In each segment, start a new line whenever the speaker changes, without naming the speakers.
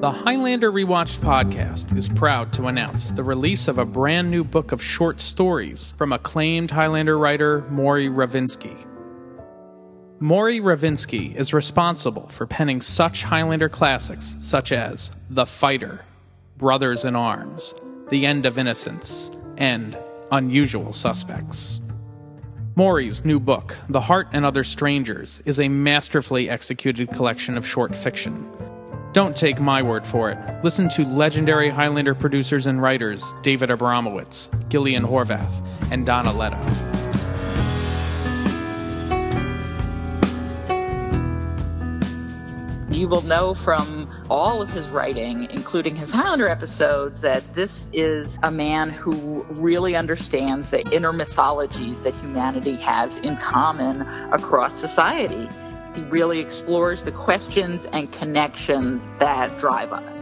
The Highlander Rewatched podcast is proud to announce the release of a brand new book of short stories from acclaimed Highlander writer Maury Ravinsky. Maury Ravinsky is responsible for penning such Highlander classics such as The Fighter, Brothers in Arms, The End of Innocence, and Unusual Suspects. Maury's new book, The Heart and Other Strangers, is a masterfully executed collection of short fiction. Don't take my word for it. Listen to legendary Highlander producers and writers David Abramowitz, Gillian Horvath, and Donna Letta.
You will know from all of his writing, including his Highlander episodes, that this is a man who really understands the inner mythologies that humanity has in common across society. He really explores the questions and connections that drive us.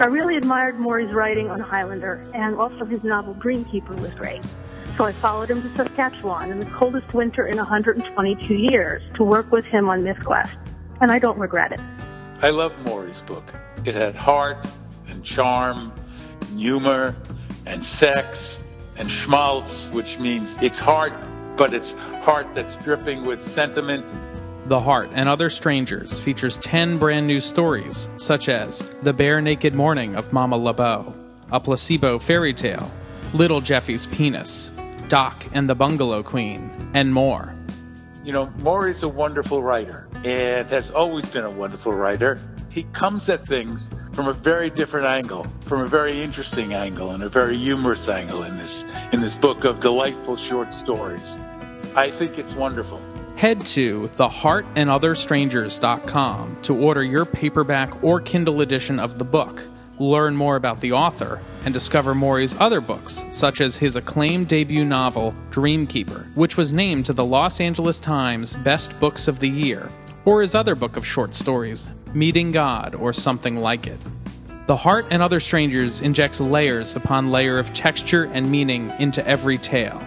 I really admired Maury's writing on Highlander and also his novel Dreamkeeper was great. So I followed him to Saskatchewan in the coldest winter in 122 years to work with him on MythQuest, and I don't regret it.
I love Maury's book. It had heart and charm, and humor and sex and schmaltz, which means it's heart, but it's heart that's dripping with sentiment.
The Heart and Other Strangers features 10 brand new stories, such as The Bare Naked Morning of Mama LeBeau, A Placebo Fairy Tale, Little Jeffy's Penis, Doc and the Bungalow Queen, and more.
You know, Maury's a wonderful writer and has always been a wonderful writer. He comes at things from a very different angle, from a very interesting angle and a very humorous angle in this in this book of delightful short stories. I think it's wonderful.
Head to theheartandotherstrangers.com to order your paperback or Kindle edition of the book, learn more about the author, and discover Maury's other books, such as his acclaimed debut novel, Dreamkeeper, which was named to the Los Angeles Times Best Books of the Year, or his other book of short stories, Meeting God or something like it. The Heart and Other Strangers injects layers upon layer of texture and meaning into every tale.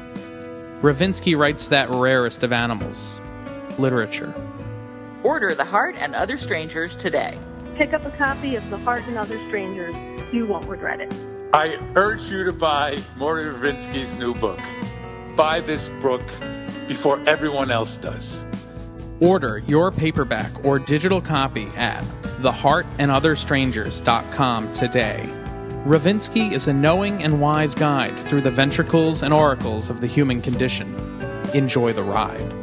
Ravinsky writes that rarest of animals literature.
Order The Heart and Other Strangers today.
Pick up a copy of The Heart and Other Strangers. You won't regret it.
I urge you to buy Maury Ravinsky's new book. Buy this book before everyone else does.
Order your paperback or digital copy at theheartandotherstrangers.com today. Ravinsky is a knowing and wise guide through the ventricles and oracles of the human condition. Enjoy the ride.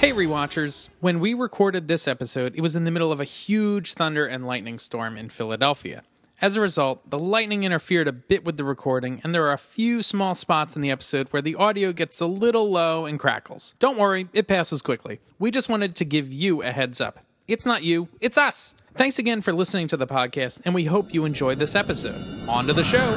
Hey, rewatchers. When we recorded this episode, it was in the middle of a huge thunder and lightning storm in Philadelphia. As a result, the lightning interfered a bit with the recording, and there are a few small spots in the episode where the audio gets a little low and crackles. Don't worry, it passes quickly. We just wanted to give you a heads up. It's not you, it's us. Thanks again for listening to the podcast, and we hope you enjoyed this episode. On to the show.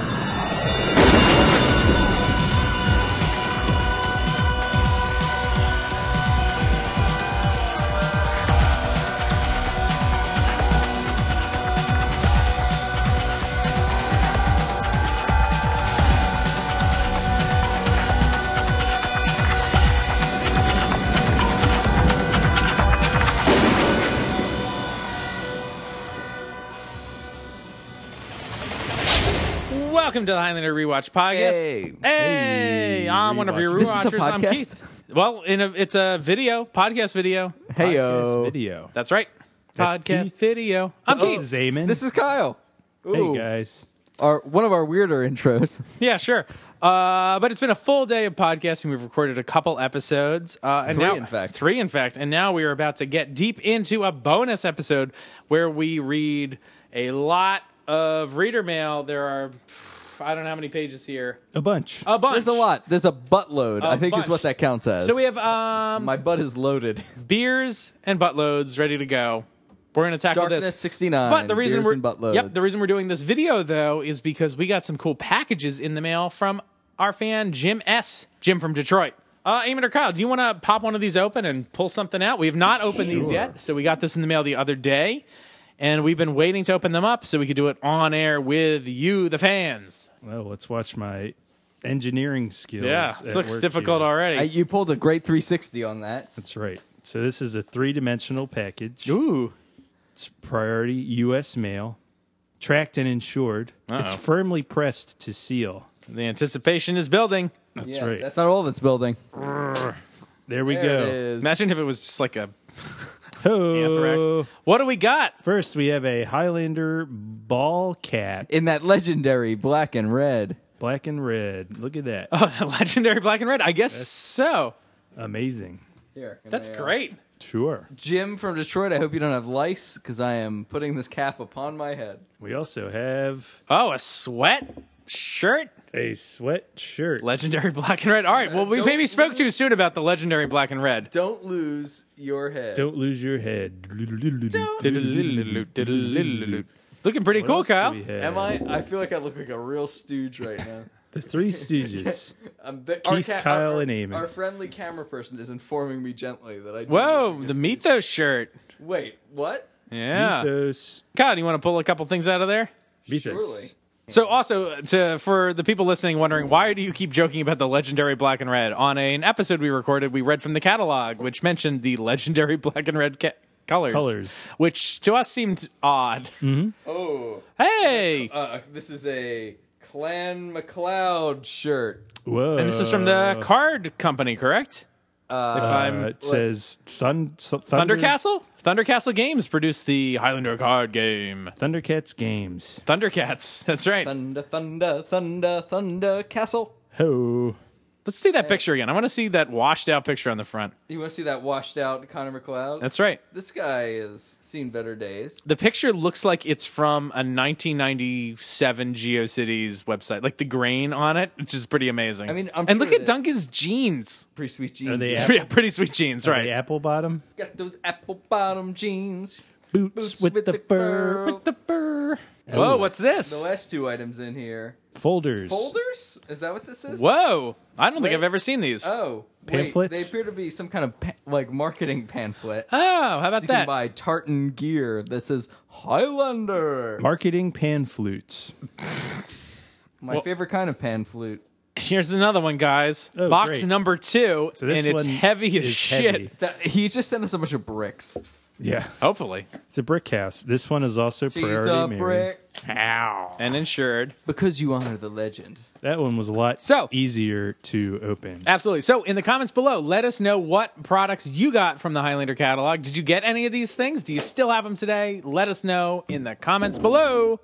Welcome to the Highlander Rewatch Podcast.
Hey.
hey, I'm one of your rewatchers.
This is a
I'm
podcast?
Keith. Well, in a, it's a video podcast video.
Hey
Podcast
yo.
video.
That's right,
That's
podcast
Keith. Oh.
video. I'm
Hey,
Keith.
Zayman.
This is Kyle.
hey
Ooh,
guys.
Our one of our weirder intros.
Yeah, sure. Uh, but it's been a full day of podcasting. We've recorded a couple episodes. Uh, and
Three,
now,
in fact.
Three, in fact. And now we are about to get deep into a bonus episode where we read a lot of reader mail. There are, I don't know how many pages here.
A bunch.
A bunch.
There's a lot. There's a buttload. I think
bunch.
is what that counts as.
So we have um,
my butt is loaded.
beers and buttloads ready to go. We're going to tackle
Darkness
this.
69.
But the reason
beers
we're
and buttloads.
yep, the reason we're doing this video though is because we got some cool packages in the mail from our fan Jim S. Jim from Detroit. Uh, Eamon or Kyle, do you want to pop one of these open and pull something out? We have not opened these yet, so we got this in the mail the other day, and we've been waiting to open them up so we could do it on air with you, the fans.
Well, let's watch my engineering skills.
Yeah,
at
this looks
work
difficult
here.
already.
Uh, you pulled a great 360 on that.
That's right. So this is a three-dimensional package.
Ooh,
It's priority U.S. mail, tracked and insured. It's
Uh-oh.
firmly pressed to seal.
the anticipation is building.
That's
Yeah,
right.
That's not all that's building.
there we
There
go.
it is.
Imagine if it was just like a
Ho!
anthrax. What do we got?
First, we have a Highlander ball cat,
in that legendary black and red.
black and red. Look at
Uh.
that.
Legendary black and red. I guess so.
Amazing.
Here, can
That's
I, uh,
great.
Sure.
Jim from Detroit. I hope you don't have lice because I am putting this cap upon my head.
We also have
Oh, a sweat shirt.
a sweatshirt.
Legendary black and red. All right. Well, we
don't-
maybe spoke too soon about the legendary black and red.
Don't lose your head.
Don't lose your head.
Looking pretty
What
cool,
else do
Kyle.
we have?
Am I? I feel like I look like a real stooge right now.
The Three Stooges.
Um, the,
Keith, Kyle,
our,
and Eamon.
Our friendly camera person is informing me gently that I. do look
Whoa,
like a
the
stooge.
Mythos shirt.
Wait, what?
Yeah.
Mythos.
Kyle, do you want to pull a couple things out of there?
Surely.
Mythos.
So, also uh, to for the people listening wondering why do you keep joking about the legendary black and red? On an episode we recorded, we read from the catalog, which mentioned the legendary black and red ca- colors,
Colors. Mm.
which to us seemed odd.
Oh,
Hey,
uh, this is a Clan McLeod shirt.
Whoa.
and this is from the card company, correct?
Uh,
If
Uh,
I'm
it says Thun, Thunder,
Thunder Castle, Thunder Castle Games produced the Highlander card game,
Thundercats Games.
Thundercats. That's right.
Thunder, thunder, thunder, thunder, castle.
Ho.
Let's see that picture again. I want to see that washed out picture on the front.
You want to see that washed out Connor McLeod?
That's right.
this guy has seen better days.
the picture looks like it's from a 1997 GeoCities website, like the grain on it, which is pretty amazing.
I mean, I'm
and
sure
look
it
at
is.
Duncan's jeans.
Pretty sweet jeans.
they
He's
app-
Yeah, pretty sweet jeans,
The
right?
apple bottom.
got those apple bottom jeans. Boots
Boots, with, the, fur.
With the
fur.
Whoa, what's
The
this?
last two items in here.
Folders.
Folders? Is that what this is?
Whoa, I don't think I've
Wait.
ever seen these. Oh,
Oh, wait.
Pamphlets?
They appear to be some kind of pa- like marketing pamphlet.
Oh, how
So
about
you can
that?
buy tartan gear that says Highlander.
Marketing pan flutes.
My favorite kind of pan flute.
Here's another one, guys.
Oh,
Box
great.
number two,
So this
and it's
one
heavy as
is
shit.
heavy.
That, he just sent us a bunch of bricks.
Yeah.
Hopefully,
It's a brick house. This one is also
She's
priority
a
Mary.
brick
and insured.
because you honor the legend.
That one was a lot
So-
easier to open.
Absolutely. So, in the comments below, let us know what products you got from the Highlander catalog. Did you get any of these things? Do you still have them today? Let us know in the comments below.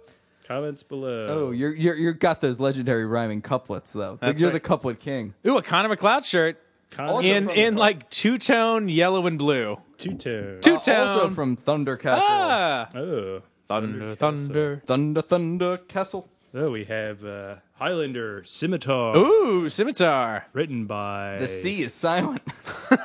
Comments below.
Oh, you're you're you got those legendary rhyming couplets though.
That's
you're
right.
the couplet king.
Ooh, a Connor McLeod shirt
Comments
Also
in
from-
in like two tone yellow and blue.
two tone.
Two
Uh, also
tone.
from Thunder Castle.
Ah,
Oh.
thunder, thunder.
Thunder Thunder Castle.
Oh, we have uh, Highlander Scimitar,
Ooh, scimitar.
written by
The C is silent.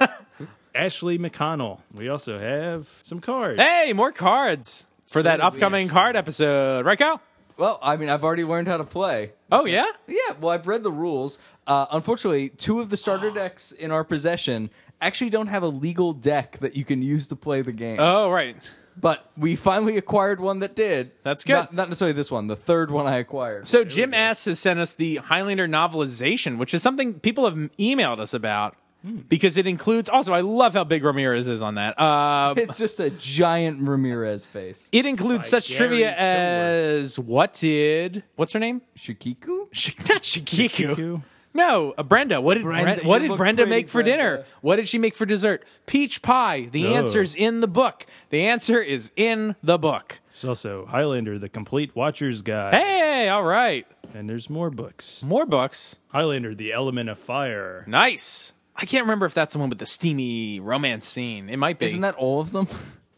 Ashley McConnell. We also have some cards.
Hey, more cards for that
This will be
upcoming card episode, right, Kyle?
well, I mean, I've already learned how to play.
Oh yeah.
Yeah, well, I've read the rules. Uh, unfortunately, two of the starter decks in our possession actually don't have a legal deck that you can use to play the game.
Oh right.
but we finally acquired one that did.
That's good.
Not, not necessarily this one, the third one I acquired.
So Jim S has sent us the Highlander novelization, which is something people have emailed us about
Hmm.
because it includes. Also, I love how big Ramirez is on that. Uh,
it's just a giant Ramirez face.
it includes such
Gary
trivia
Gilmore.
as what did what's her name?
Shikiku?
Sh- not Shikiku.
Shikiku?
No, uh, Brenda. What did Brenda,
Brenda,
what
you
did
look
Brenda
pretty,
make for dinner?
Brenda.
What did she make for dessert? Peach pie. The
Oh.
answer's in the book. The answer is in the book.
There's also Highlander, the Complete Watcher's Guide.
Hey, all right.
And there's more books.
More books.
Highlander, the Element of Fire.
Nice. I can't remember if that's the one with the steamy romance scene. It might be.
Isn't that all of them?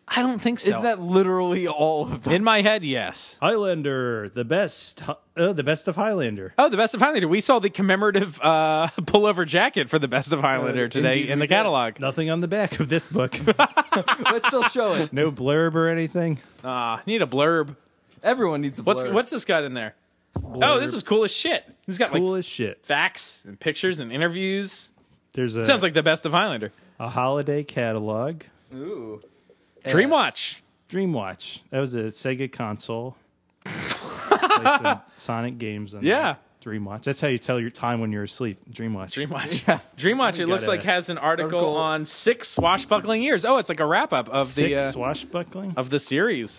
I don't think so.
Isn't that literally all of them?
in my head? Yes.
Highlander, the best, uh, the best of Highlander.
Oh, the best of Highlander. We saw the commemorative uh, pullover jacket for the best of Highlander
Uh,
today
indeed
in the
we did.
catalog.
Nothing on the back of this book.
Let's still show it.
no blurb or anything.
Ah, need a blurb.
Everyone needs a blur.
What's what's this got in there? Oh, this is cool as shit. He's got
cool
like
as shit.
facts and pictures and interviews.
There's a
Sounds like the best of Highlander.
a holiday catalog.
Ooh.
Dreamwatch.
Dreamwatch. That was a Sega console. Play some Sonic games. On
Yeah.
that. Dreamwatch. That's how you tell your time when you're asleep. Dreamwatch.
Dreamwatch. Dreamwatch. It
got
looks
a-
like has an article,
Article.
on six swashbuckling years. Oh, it's like a wrap up of the
Six
uh,
swashbuckling.
of the series.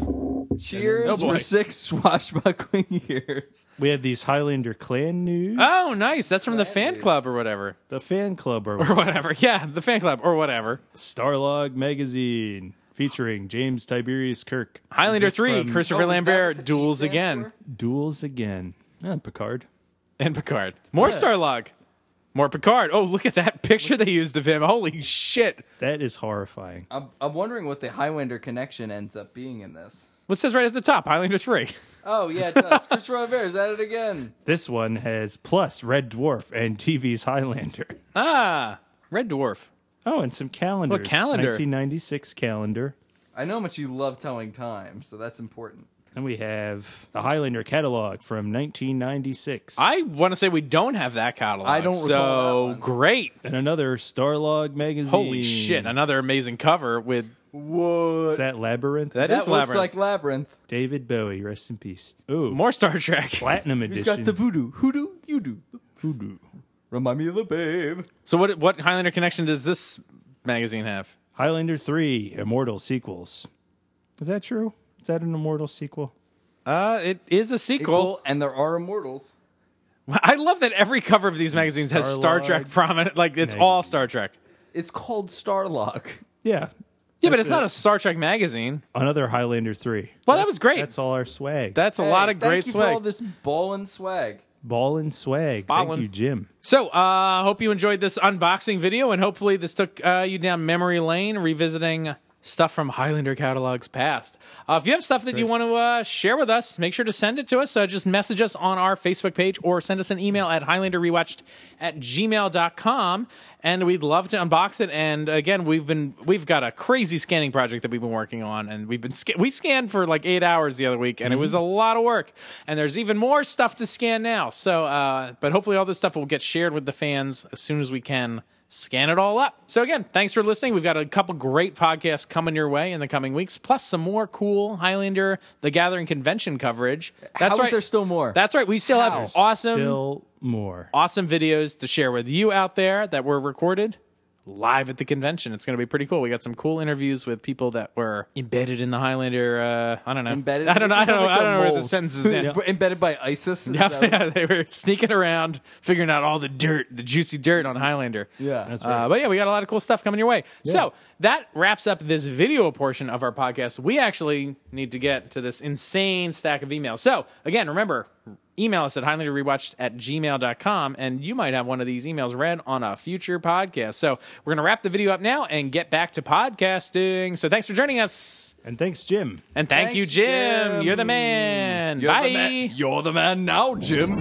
Cheers
Oh, boy.
for six swashbuckling years.
We had these Highlander clan news.
Oh, nice. That's from the fan club or whatever.
the fan club or
Or whatever. Yeah, the fan club or whatever.
Starlog magazine featuring James Tiberius Kirk.
Highlander
Is this
3,
from
Christopher
Oh, is that what the
Lambert
T
duels
stands
again.
for?
Duels again. Ah, Picard.
And Picard. More Starlog. More Picard. Oh, look at that picture they used of him. Holy shit.
That is horrifying.
I'm, I'm wondering what the Highlander connection ends up being in this.
What says right at the top? Highlander 3.
Oh, yeah, it does. Chris Robert's at it again.
This one has plus Red Dwarf and TV's Highlander.
Ah, Red Dwarf.
Oh, and some calendars.
What calendar?
1996 calendar.
I know how much you love telling time, so that's important.
Then we have the Highlander catalog from 1996.
I want to say we don't have that catalog.
I don't
So
recall that one.
great.
and another Starlog magazine.
Holy shit. Another amazing cover with.
What?
Is that Labyrinth?
that
that
is
looks
Labyrinth.
like Labyrinth.
David Bowie, rest in peace. Ooh,
More Star Trek.
platinum
Who's
edition.
got the voodoo? Hoodoo? You do.
voodoo?
Remind me of the babe.
So, what, what Highlander connection does this magazine have?
Highlander 3 Immortal sequels. Is that true? Is that an Immortal sequel?
Uh, it is a sequel.
And there are immortals.
I love that every cover of these magazines has Star
Starlog.
Trek prominent. Like it's
Magazine.
all Star Trek.
It's called Starlock.
Yeah.
Yeah, but
That's
it's not
it.
a Star Trek magazine.
Another Highlander 3.
Well, that was great.
That's all our swag.
That's a
Hey,
lot of great
thank you
swag.
for all this ball and swag.
Ball and swag.
Ballin'.
Thank you, Jim.
So, uh, hope you enjoyed this unboxing video, and hopefully, this took uh, you down memory lane, revisiting stuff from Highlander catalogs past. Uh, if you have stuff that you want to uh, share with us, make sure to send it to us. Uh, just message us on our Facebook page or send us an email at highlanderrewatched at gmail.com, and we'd love to unbox it. And again, we've been we've got a crazy scanning project that we've been working on, and we've been sca- we scanned for like eight hours the other week, and it was a lot of work. And there's even more stuff to scan now. So, uh, but hopefully, all this stuff will get shared with the fans as soon as we can scan it all up. So, again, thanks for listening. We've got a couple great podcasts coming your way in the coming weeks, plus some more cool Highlander The Gathering convention coverage. That's
How is
right.
there still more?
That's right. We still
How?
have awesome,
Still more.
awesome videos to share with you out there that were recorded live at the convention. It's going to be pretty cool. We got some cool interviews with people that were embedded in the Highlander. Uh, I don't know.
Embedded.
I don't know. I
This is
don't know.
like
I don't know where the
moles.
sentence is. in.
Embedded by ISIS. Is
Yeah,
that what-
yeah, they were sneaking around, figuring out all the dirt, the juicy dirt on Highlander.
Yeah. That's
Uh, but yeah, we got a lot of cool stuff coming your way. So that wraps up this video portion of our podcast. We actually need to get to this insane stack of emails. So again, remember, email us at highlanderrewatched at gmail.com, and you might have one of these emails read on a future podcast. So we're going to wrap the video up now and get back to podcasting. So thanks for joining us.
And thanks, Jim.
And thank
Thanks,
you, Jim.
Jim.
You're the man.
You're
Bye.
the man. You're the man now, Jim.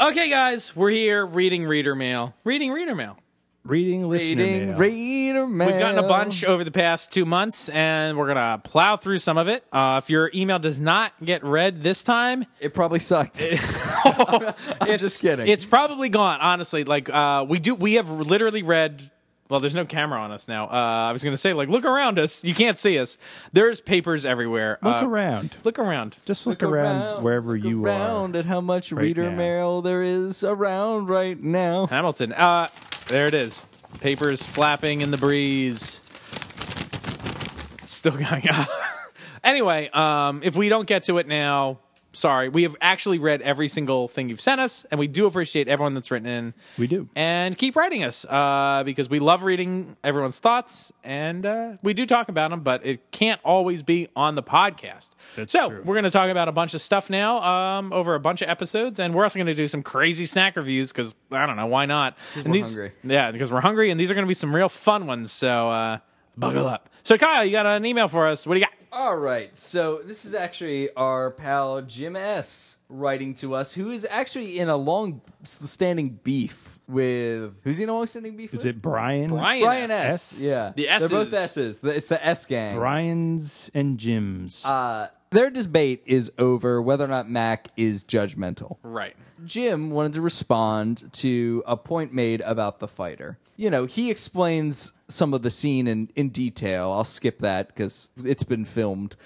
Okay, guys, we're here reading reader mail. Reading reader mail.
Reading, listener
Reading
mail.
reader mail.
We've gotten a bunch over the past two months, and we're gonna plow through some of it. Uh, if your email does not get read this time,
It probably sucked.
I'm
just kidding.
It's probably gone. Honestly, like uh, we do, we have literally read. Well, there's no camera on us now. Uh, I was gonna say, like, look around us. You can't see us. There's papers everywhere.
Look
Uh,
around.
Look around.
Just look, around, wherever
look
you
around
are.
at how much reader
now.
mail there is around right now.
Hamilton. Uh, there it is. Papers flapping in the breeze. It's still going up. anyway, um, if we don't get to it now, sorry. We have actually read every single thing you've sent us, and we do appreciate everyone that's written in.
We do.
And keep writing us uh, because we love reading everyone's thoughts, and uh, we do talk about them, but it can't always be on the podcast.
That's
so
true.
we're going to talk about a bunch of stuff now um, over a bunch of episodes, and we're also going to do some crazy snack reviews because I don't know why not. And
we're
these,
hungry.
yeah, because we're hungry, and these are going to be some real fun ones. So uh, buckle up. So Kyle, you got an email for us? What do you got?
All right, so this is actually our pal Jim S. writing to us, who is actually in a long standing beef with who's he always sending beef
Is
with?
it Brian?
Brian,
Brian
S.
S.
S?
Yeah,
The
They're both
S's.
S's. The- It's the S gang.
Brian's and Jim's.
Uh, their debate is over whether or not Mac is judgmental.
Right.
Jim wanted to respond to a point made about the fighter. You know, he explains some of the scene in, in detail. I'll skip that because it's been filmed.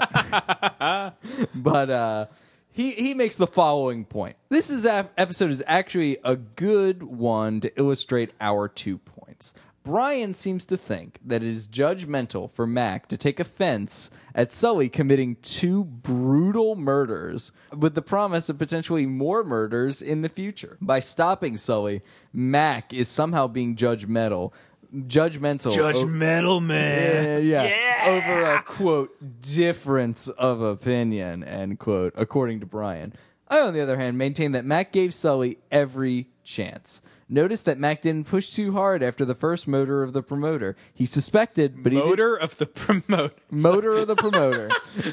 Uh, but uh, he he makes the following point. This is a- episode is actually a good one to illustrate our two points. Brian seems to think that it is judgmental for Mac to take offense at Sully committing two brutal murders with the promise of potentially more murders in the future. By stopping Sully, Mac is somehow being judgmental. Judgmental.
Judgmental man.
Yeah, yeah. Over a quote difference of opinion, end quote, according to Brian. I, on the other hand, maintain that Mac gave Sully every chance. Notice that Mac didn't push too hard after the first motor of the promoter. He suspected, but he did-
Motor of the promote.
motor of the promoter.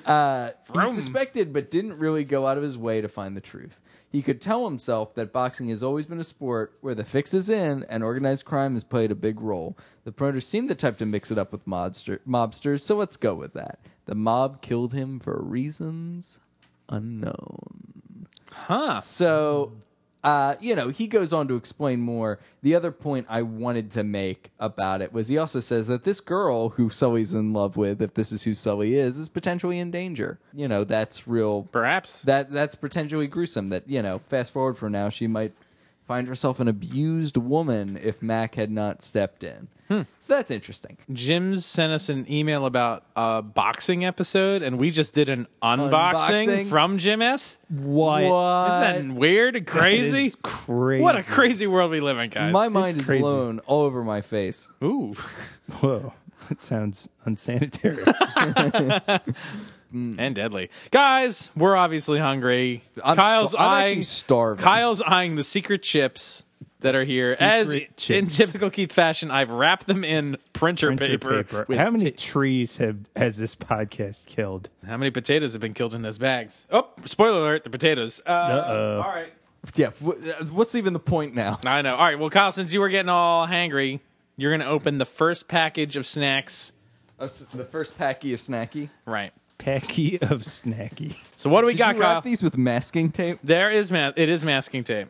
Uh, he suspected, but didn't really go out of his way to find the truth. He could tell himself that boxing has always been a sport where the fix is in and organized crime has played a big role. The promoters seemed the type to mix it up with mobster- mobsters, so let's go with that. The mob killed him for reasons unknown.
Huh.
So, uh, you know, he goes on to explain more. The other point I wanted to make about it was he also says that this girl who Sully's in love with, if this is who Sully is, is potentially in danger. You know, that's real.
Perhaps.
That that's potentially gruesome. That you know, fast forward from now, she might find herself an abused woman if Mac had not stepped in.
Hmm.
So that's interesting.
Jim sent us an email about a boxing episode, and we just did an unboxing,
Unboxing? Uh,
from Jim S.
what?
Isn't that weird and crazy?
It is crazy.
What a crazy world we live in, guys.
My mind is
crazy.
blown all over my face.
Ooh.
Whoa. That sounds unsanitary.
and deadly. Guys, we're obviously hungry.
I'm
Kyle's
sta- I'm
eyeing,
actually starving.
Kyle's eyeing the secret chips that are here. As
Secret
in
chips.
typical Keith fashion, I've wrapped them in printer,
Printer
paper. with-
How many trees have has this podcast killed?
how many potatoes have been killed in those bags? Oh, spoiler alert, the potatoes. Uh,
Uh-oh.
All right.
Yeah, w- uh, what's even the point now?
I know. All right. Well, Kyle, since you were getting all hangry, you're going to open the first package of snacks.
Uh, s- The first packy of snacky.
Right.
Packy of snacky.
So what do we
Did
got,
you
Kyle?
wrap these with masking tape?
There is ma- it is masking tape.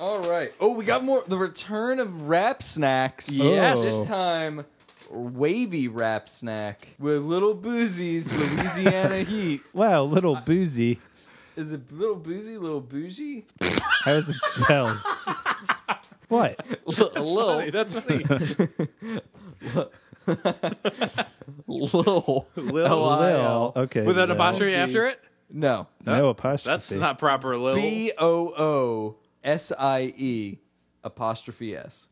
All right. Oh, we got more. The return of wrap snacks. Oh.
Yes.
This time, wavy wrap snack with little boozies. Louisiana heat.
Wow, little boozy.
Is it little boozy, little bougie?
How is it spelled? what?
L-
Funny,
little,
That's funny.
little,
Lil. Okay.
With an
Lil.
apostrophe after it?
No.
No apostrophe.
That's not proper, Lil.
B o o s i e apostrophe s.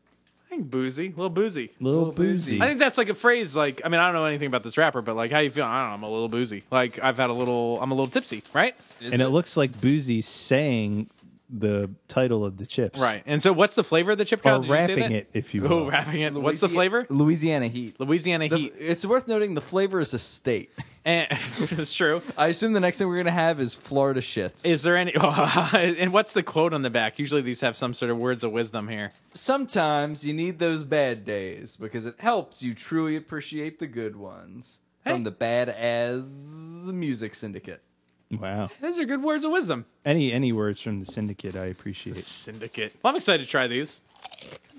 I think boozy. Little boozy.
little boozy.
I think that's like a phrase like I mean, I don't know anything about this rapper, but like how you feeling? I don't know, I'm a little boozy. Like I've had a little I'm a little tipsy, right?
and it looks like Boozy saying the title of the chips.
Right. And so what's the flavor of the chip
Or
Did you say
wrapping
that?
it, if you
Oh,
will.
wrapping it. What's the
Louisi-
flavor?
Louisiana heat.
Louisiana
The-
heat.
it's worth noting the flavor is a state.
And that's true.
I assume the next thing we're gonna have is Florida shits.
Is there any? and what's the quote on the back? Usually these have some sort of words of wisdom here.
sometimes you need those bad days because it helps you truly appreciate the good ones
Hey.
from the bad as music syndicate
Wow.
Those are good words of wisdom.
Any any words from the syndicate, I appreciate.
Syndicate. Well, I'm excited to try these.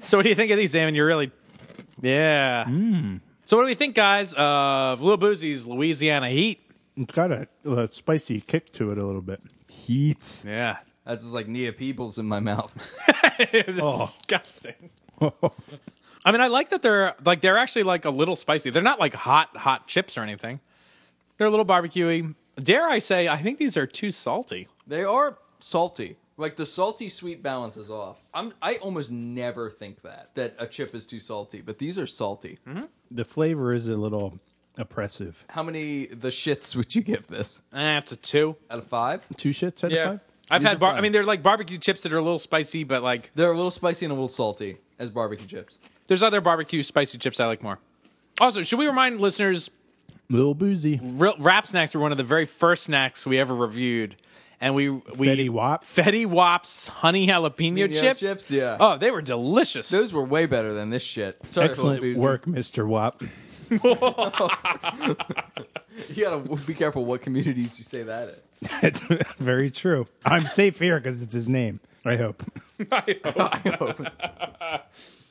So, what do you think of these, Damon? You're really, yeah.
Hmm.
So, what do we think, guys, of Lil Boozy's Louisiana Heat?
It's got a, a spicy kick to it a little bit.
heats
Yeah,
that's just like Nia Peebles in my mouth.
disgusting. I mean, I like that they're like they're actually like a little spicy. They're not like hot, hot chips or anything. They're a little barbecuey. Dare I say, I think these are too salty.
they are salty. Like the salty sweet balance is off. I'm I almost never think that that a chip is too salty, but these are salty.
The flavor is a little oppressive.
How many the shits would you give this?
Eh, it's a two.
Out of 5?
Two shits out of five?
I've
These
had.
are
Bar-
fun.
I mean, they're like barbecue chips that are a little spicy, but like
They're a little spicy and a little salty as barbecue chips.
there's other barbecue spicy chips I like more. Also, should we remind listeners
Little boozy.
real, wrap snacks were one of the very first snacks we ever reviewed, and we we
Fetty Wap?
Fetty Wap's honey jalapeno
Jalapeno
chips.
chips, yeah.
Oh, they were delicious.
Those were way better than this shit. Sorry,
Excellent
little doozy.
work, Mr. Wop.
You gotta w- be careful what communities you say that at.
It's very true. I'm safe here because it's his name. I hope.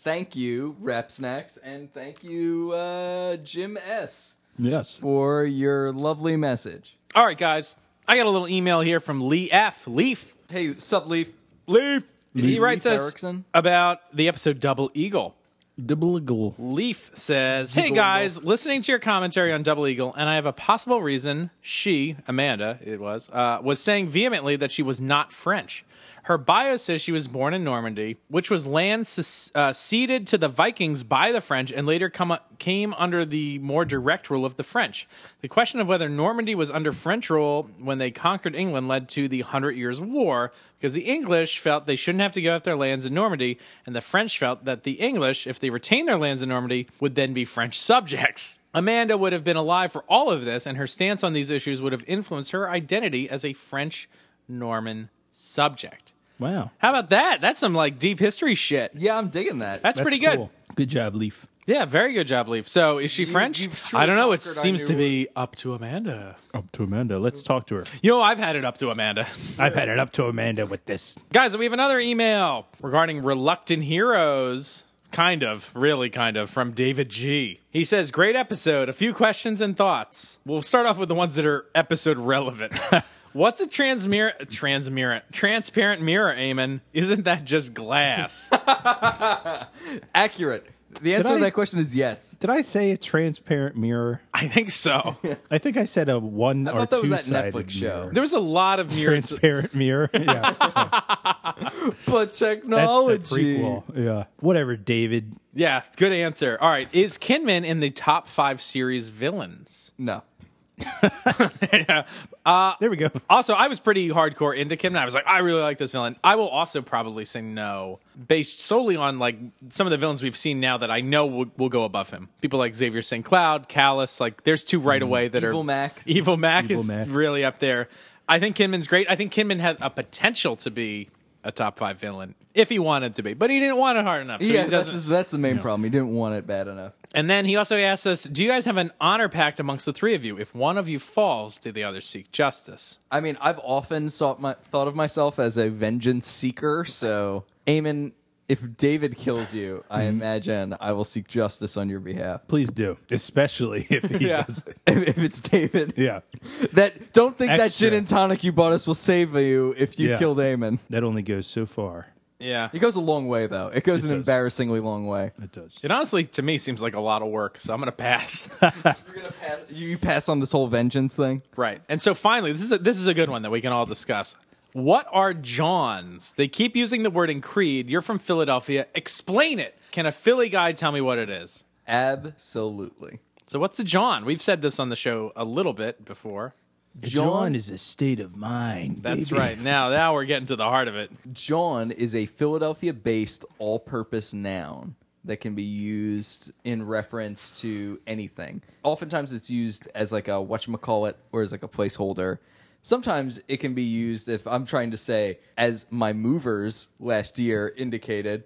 Thank you, Rap Snacks, and thank you, uh, Jim S,
Yes.
for your lovely message.
All right, guys. I got a little email here from Lee F. Leaf.
Hey, sup, Leaf?
Leaf. He
Leaf
writes us
Erickson?
about the episode Double Eagle.
Double eagle.
Leaf says, Hey guys, listening to your commentary on Double Eagle, and I have a possible reason she, Amanda, it was, uh, was saying vehemently that she was not French. Her bio says she was born in Normandy, which was land ses- uh, ceded to the Vikings by the French and later come uh, came under the more direct rule of the French. The question of whether Normandy was under French rule when they conquered England led to the Hundred Years' War because the English felt they shouldn't have to give up their lands in Normandy, and the French felt that the English, if they retained their lands in Normandy, would then be French subjects. Amanda would have been alive for all of this, and her stance on these issues would have influenced her identity as a French Norman subject.
Wow.
How about that? That's some like deep history shit.
Yeah, I'm digging that.
That's, pretty good.
cool. Good job, Leaf.
Yeah, very good job, Leaf. So is she French?
you've truly
I don't know. It
conquered our
seems
new
to be up to Amanda.
Up to Amanda. Let's talk to her.
You know, I've had it up to Amanda.
I've had it up to Amanda with this.
Guys, we have another email regarding reluctant heroes. Kind of, really kind of, from David G. He says, Great episode. A few questions and thoughts. We'll start off with the ones that are episode relevant. What's a transmir- transmirant, transparent mirror, Eamon? Isn't that just glass?
Accurate. The answer
I-
to that question is yes.
Did I say a transparent mirror?
I think so.
I think I said a one or
thought that was
two
that
sided
Netflix show.
mirror.
There was a lot of mirrors.
Transparent mirror. Yeah.
But
That's the
technology.
prequel. Yeah. Whatever, David.
Yeah, good answer. All right. Is Kinman in the top five series villains?
No.
Uh,
There we go.
Also, I was pretty hardcore into Kim, and I was like, I really like this villain. I will also probably say no, based solely on like some of the villains we've seen now that I know will, will go above him. People like Xavier St. Cloud, Callus, like there's two right away that
Evil
are
Mac.
Evil Mac
Mm. Evil
is
Mac.
really up there. I think Kinman's great. I think Kinman had a potential to be a top five villain if he wanted to be, but he didn't want it hard enough. So
yeah,
he
that's,
doesn't.
his- that's the main problem. He didn't want it bad enough.
And then he also asks us, "Do you guys have an honor pact amongst the three of you? If one of you falls, do the others seek justice?"
I mean, I've often sought my, thought of myself as a vengeance seeker. So, Eamon, if David kills you, I
Hmm.
imagine I will seek justice on your behalf.
Please do. Especially if he
Yeah.
does.
If, if it's David,
Yeah.
that don't think that
Extra.
gin and tonic you bought us will save you if you
Yeah.
killed Eamon.
That only goes so far.
Yeah,
It goes a long way, though. It goes
It
an
does.
embarrassingly long way.
It does.
It honestly, to me, seems like a lot of work, so I'm going to pass.
You're gonna pass, you pass on this whole vengeance thing.
right. And so finally, this is a, this is a good one that we can all discuss. What are Johns? They keep using the word in Creed. You're from Philadelphia. Explain it. Can a Philly guy tell me what it is?
Absolutely.
So what's a John? We've said this on the show a little bit before.
John-
is a state of mind.
That's
baby.
right. Now, now we're getting to the heart of it.
John is a Philadelphia based all purpose noun that can be used in reference to anything. Oftentimes it's used as like a whatchamacallit or as like a placeholder. Sometimes it can be used if I'm trying to say, as my movers last year indicated,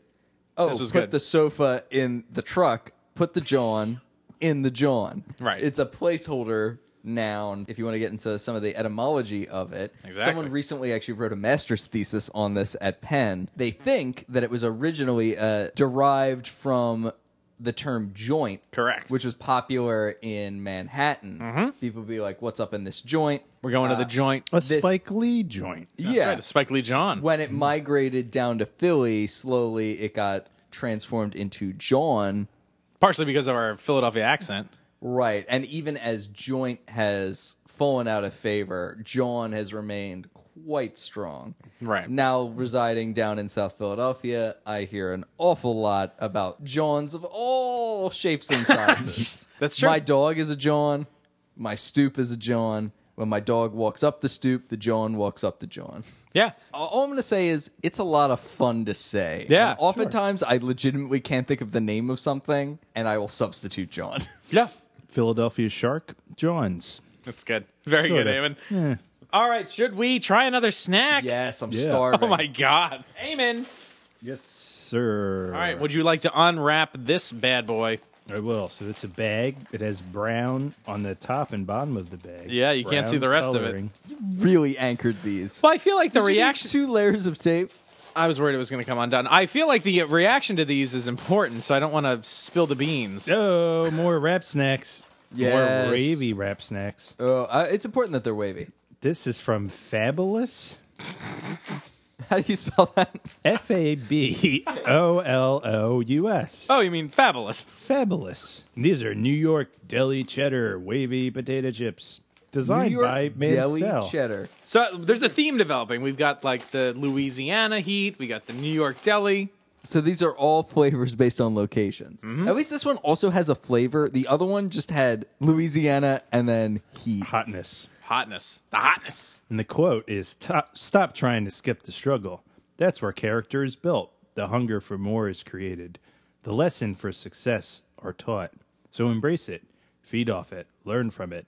oh,
This was
put
good.
the sofa in the truck, put the John in the John.
Right.
It's a placeholder noun if you want to get into some of the etymology of it.
Exactly.
Someone recently actually wrote a master's thesis on this at Penn. They think that it was originally uh, derived from the term joint.
Correct. Mm-hmm.
Which was popular in Manhattan. People be like, what's up in this joint?
We're going to the joint.
A
This-
Spike Lee joint.
yeah.
Right, the Spike Lee John.
When it migrated down to Philly, slowly it got transformed into John.
Partially because of our Philadelphia accent.
Right. And even as joint has fallen out of favor, John has remained quite strong.
Right.
Now residing down in South Philadelphia, I hear an awful lot about Johns of all shapes and sizes.
That's true.
My dog is a John. My stoop is a John. When my dog walks up the stoop, the John walks up the John.
Yeah.
All- All I'm going to say is it's a lot of fun to say.
Yeah,
And oftentimes I legitimately can't think of the name of something and I will substitute John.
Yeah.
Philadelphia Shark Johns.
That's good. Very
Sorta.
good, Eamon. All right, should we try another snack?
Yes, I'm
Yeah.
starving.
Oh my God, Amen.
Yes, sir.
All right, would you like to unwrap this bad boy?
I will. So it's a bag. It has brown on the top and bottom of the bag.
Yeah, you can't see
Brown
the rest of it.
coloring.
Really anchored these.
Well, I feel like the
Did you need
reaction.
two layers of tape.
I was worried it was going to come undone. I feel like the reaction to these is important, so I don't want to spill the beans.
Oh, more wrap snacks.
Yes.
More wavy wrap snacks.
Oh, uh, it's important that they're wavy.
This is from Fabulous.
How do you spell that?
F A B O L O U S.
Oh, you mean fabulous?
Fabulous. These are New York deli cheddar wavy potato chips designed
New York
by
deli
Mansell.
cheddar.
So there's a theme developing. We've got like the Louisiana heat. We got the New York deli.
So these are all flavors based on locations.
Mm-hmm.
At least this one also has a flavor. The other one just had Louisiana and then heat.
Hotness.
Hotness. The hotness.
And the quote is "Top- Stop trying to skip the struggle. That's where character is built. The hunger for more is created. The lesson for success are taught. So embrace it, feed off it, learn from it.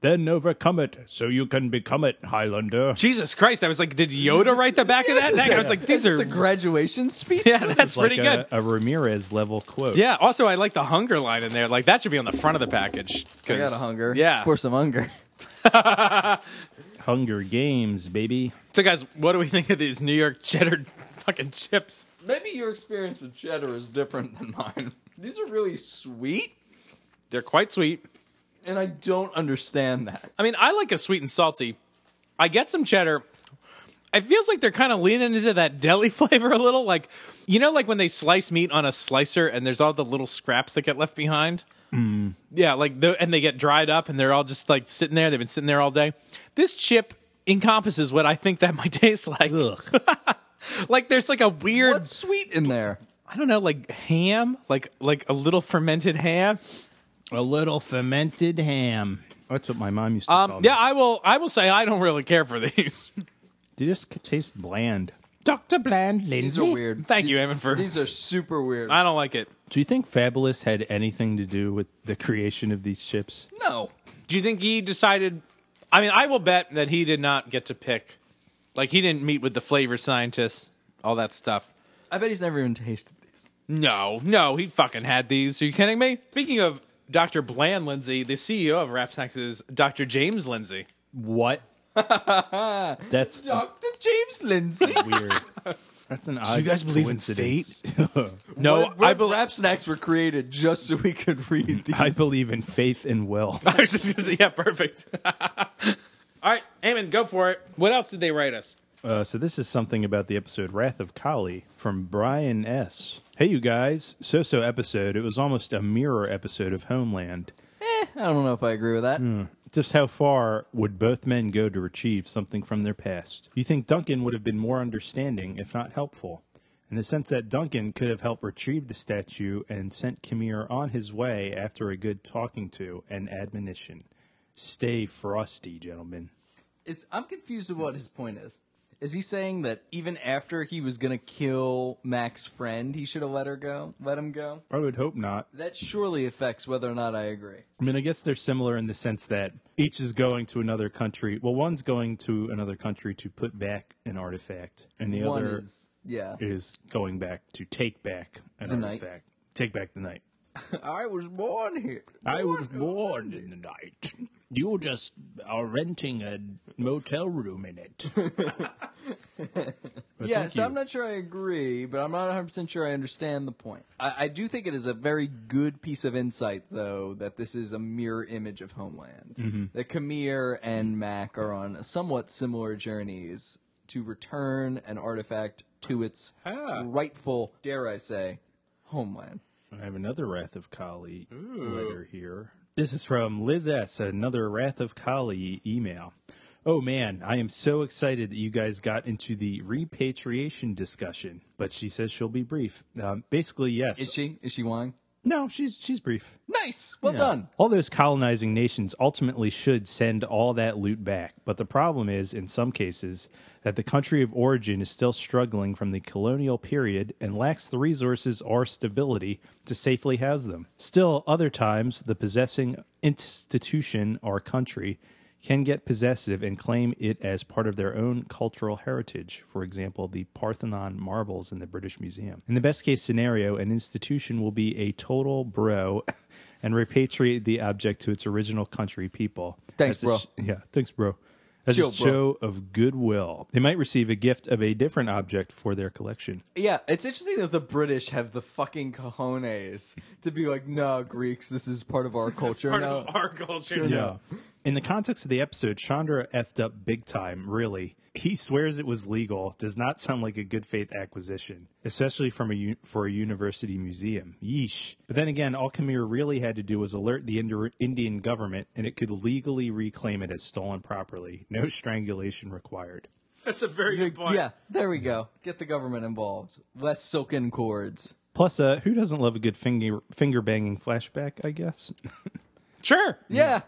Then overcome it so you can become it, Highlander.
Jesus Christ. I was like, did Yoda write the back of that?
This is
I
a-
was like, these
this
are.
is a graduation speech.
yeah, that's
It's like
pretty
a,
good.
a Ramirez level quote.
Yeah. Also, I like the hunger line in there. Like that should be on the front of the package.
I got a hunger.
Yeah.
for some hunger.
Hunger Games, baby.
So, guys, what do we think of these New York cheddar fucking chips?
Maybe your experience with cheddar is different than mine. These are really sweet,
They're quite sweet.
and I don't understand that.
I mean, I like a sweet and salty. I get some cheddar. It feels like they're kind of leaning into that deli flavor a little. Like, you know, like when they slice meat on a slicer and there's all the little scraps that get left behind? Yeah, like, the, and they get dried up and they're all just like sitting there. They've been sitting there all day. This chip encompasses what I think that might taste like.
Ugh.
Like, there's like a weird,
What's sweet in there?
I don't know, like ham, like like a little fermented ham.
a little fermented ham. That's what my mom used to call
Um,
me.
yeah, I will. I will say I don't really care for these.
They just c- taste bland. Dr. Bland,
These
ladies.
are weird.
Thank you,
These-
Evan, for-
these are super weird.
I don't like it.
Do you think Fabulous had anything to do with the creation of these chips?
no,
Do you think he decided? I mean, I will bet that he did not get to pick. Like he didn't meet with the flavor scientists, all that stuff.
I bet he's never even tasted these.
No, no, he fucking had these. Are you kidding me? Speaking of Dr. Bland Lindsay, the CEO of Rap Snacks is Dr. James Lindsay.
What? That's
Dr. James Lindsay.
weird. That's an odd
you guys believe in
coincidence.
No,
I
I believe.
rap snacks were created just so we could read these.
I believe in faith and will.
I was just gonna say, yeah, perfect. all right, Eamon, go for it. What else did they write us?
Uh, so this is something about the episode Wrath of Kali from Brian S. Hey, you guys. So-so episode. It was almost a mirror episode of Homeland.
I don't know if I agree with that.
Hmm.
Just how far would both men go to achieve something from their past? You think Duncan would have been more understanding, if not helpful, in the sense that Duncan could have helped retrieve the statue and sent Kimir on his way after a good talking to and admonition. Stay frosty, gentlemen.
Is I'm confused with what his point is. Is he saying that even after he was gonna kill Mac's friend, he should have let her go, let him go?
I would hope not.
That surely affects whether or not I agree.
I mean, I guess they're similar in the sense that each is going to another country. Well, one's going to another country to put back an artifact, and the
One
other
is yeah.
is going back to take back an
The night.
artifact. Take back the night.
I was born here.
I was born in the night. You just are renting a motel room in it.
yeah, so I'm not sure I agree, but I'm not 100 percent sure I understand the point. I, I do think it is a very good piece of insight, though, that this is a mirror image of Homeland. That Kamir and Mac are on somewhat similar journeys to return an artifact to its rightful, dare I say, homeland.
I have another Wrath of Kali letter here. This is from Liz S., another Wrath of Kali email. Oh man, I am so excited that you guys got into the repatriation discussion. But she says she'll be brief. Um, basically, yes.
Is she? Is she lying?
no, she's she's brief.
Nice. Well
Yeah.
done.
All those colonizing nations ultimately should send all that loot back. But the problem is, in some cases, that the country of origin is still struggling from the colonial period and lacks the resources or stability to safely house them. Still, other times, the possessing institution or country can get possessive and claim it as part of their own cultural heritage, for example, the Parthenon marbles in the British Museum. In the best case scenario, an institution will be a total bro and repatriate the object to its original country people.
Thanks,
As a
bro.
sh- yeah, thanks, bro. As
Chill,
a
bro.
show of goodwill, they might receive a gift of a different object for their collection.
Yeah, it's interesting that the British have the fucking cojones to be like, "No, Greeks, this is part of our culture." no,
our culture.
Yeah. In the context of the episode, Chandra effed up big time, really. He swears it was legal. Does not sound like a good faith acquisition, especially from a u- for a university museum. Yeesh. But then again, all Kamir really had to do was alert the Indo- Indian government, and it could legally reclaim it as stolen property. No strangulation required.
That's a very good point.
yeah, there we go. Get the government involved. Less silken cords.
Plus, uh, who doesn't love a good finger finger banging flashback? I guess.
Sure.
Yeah,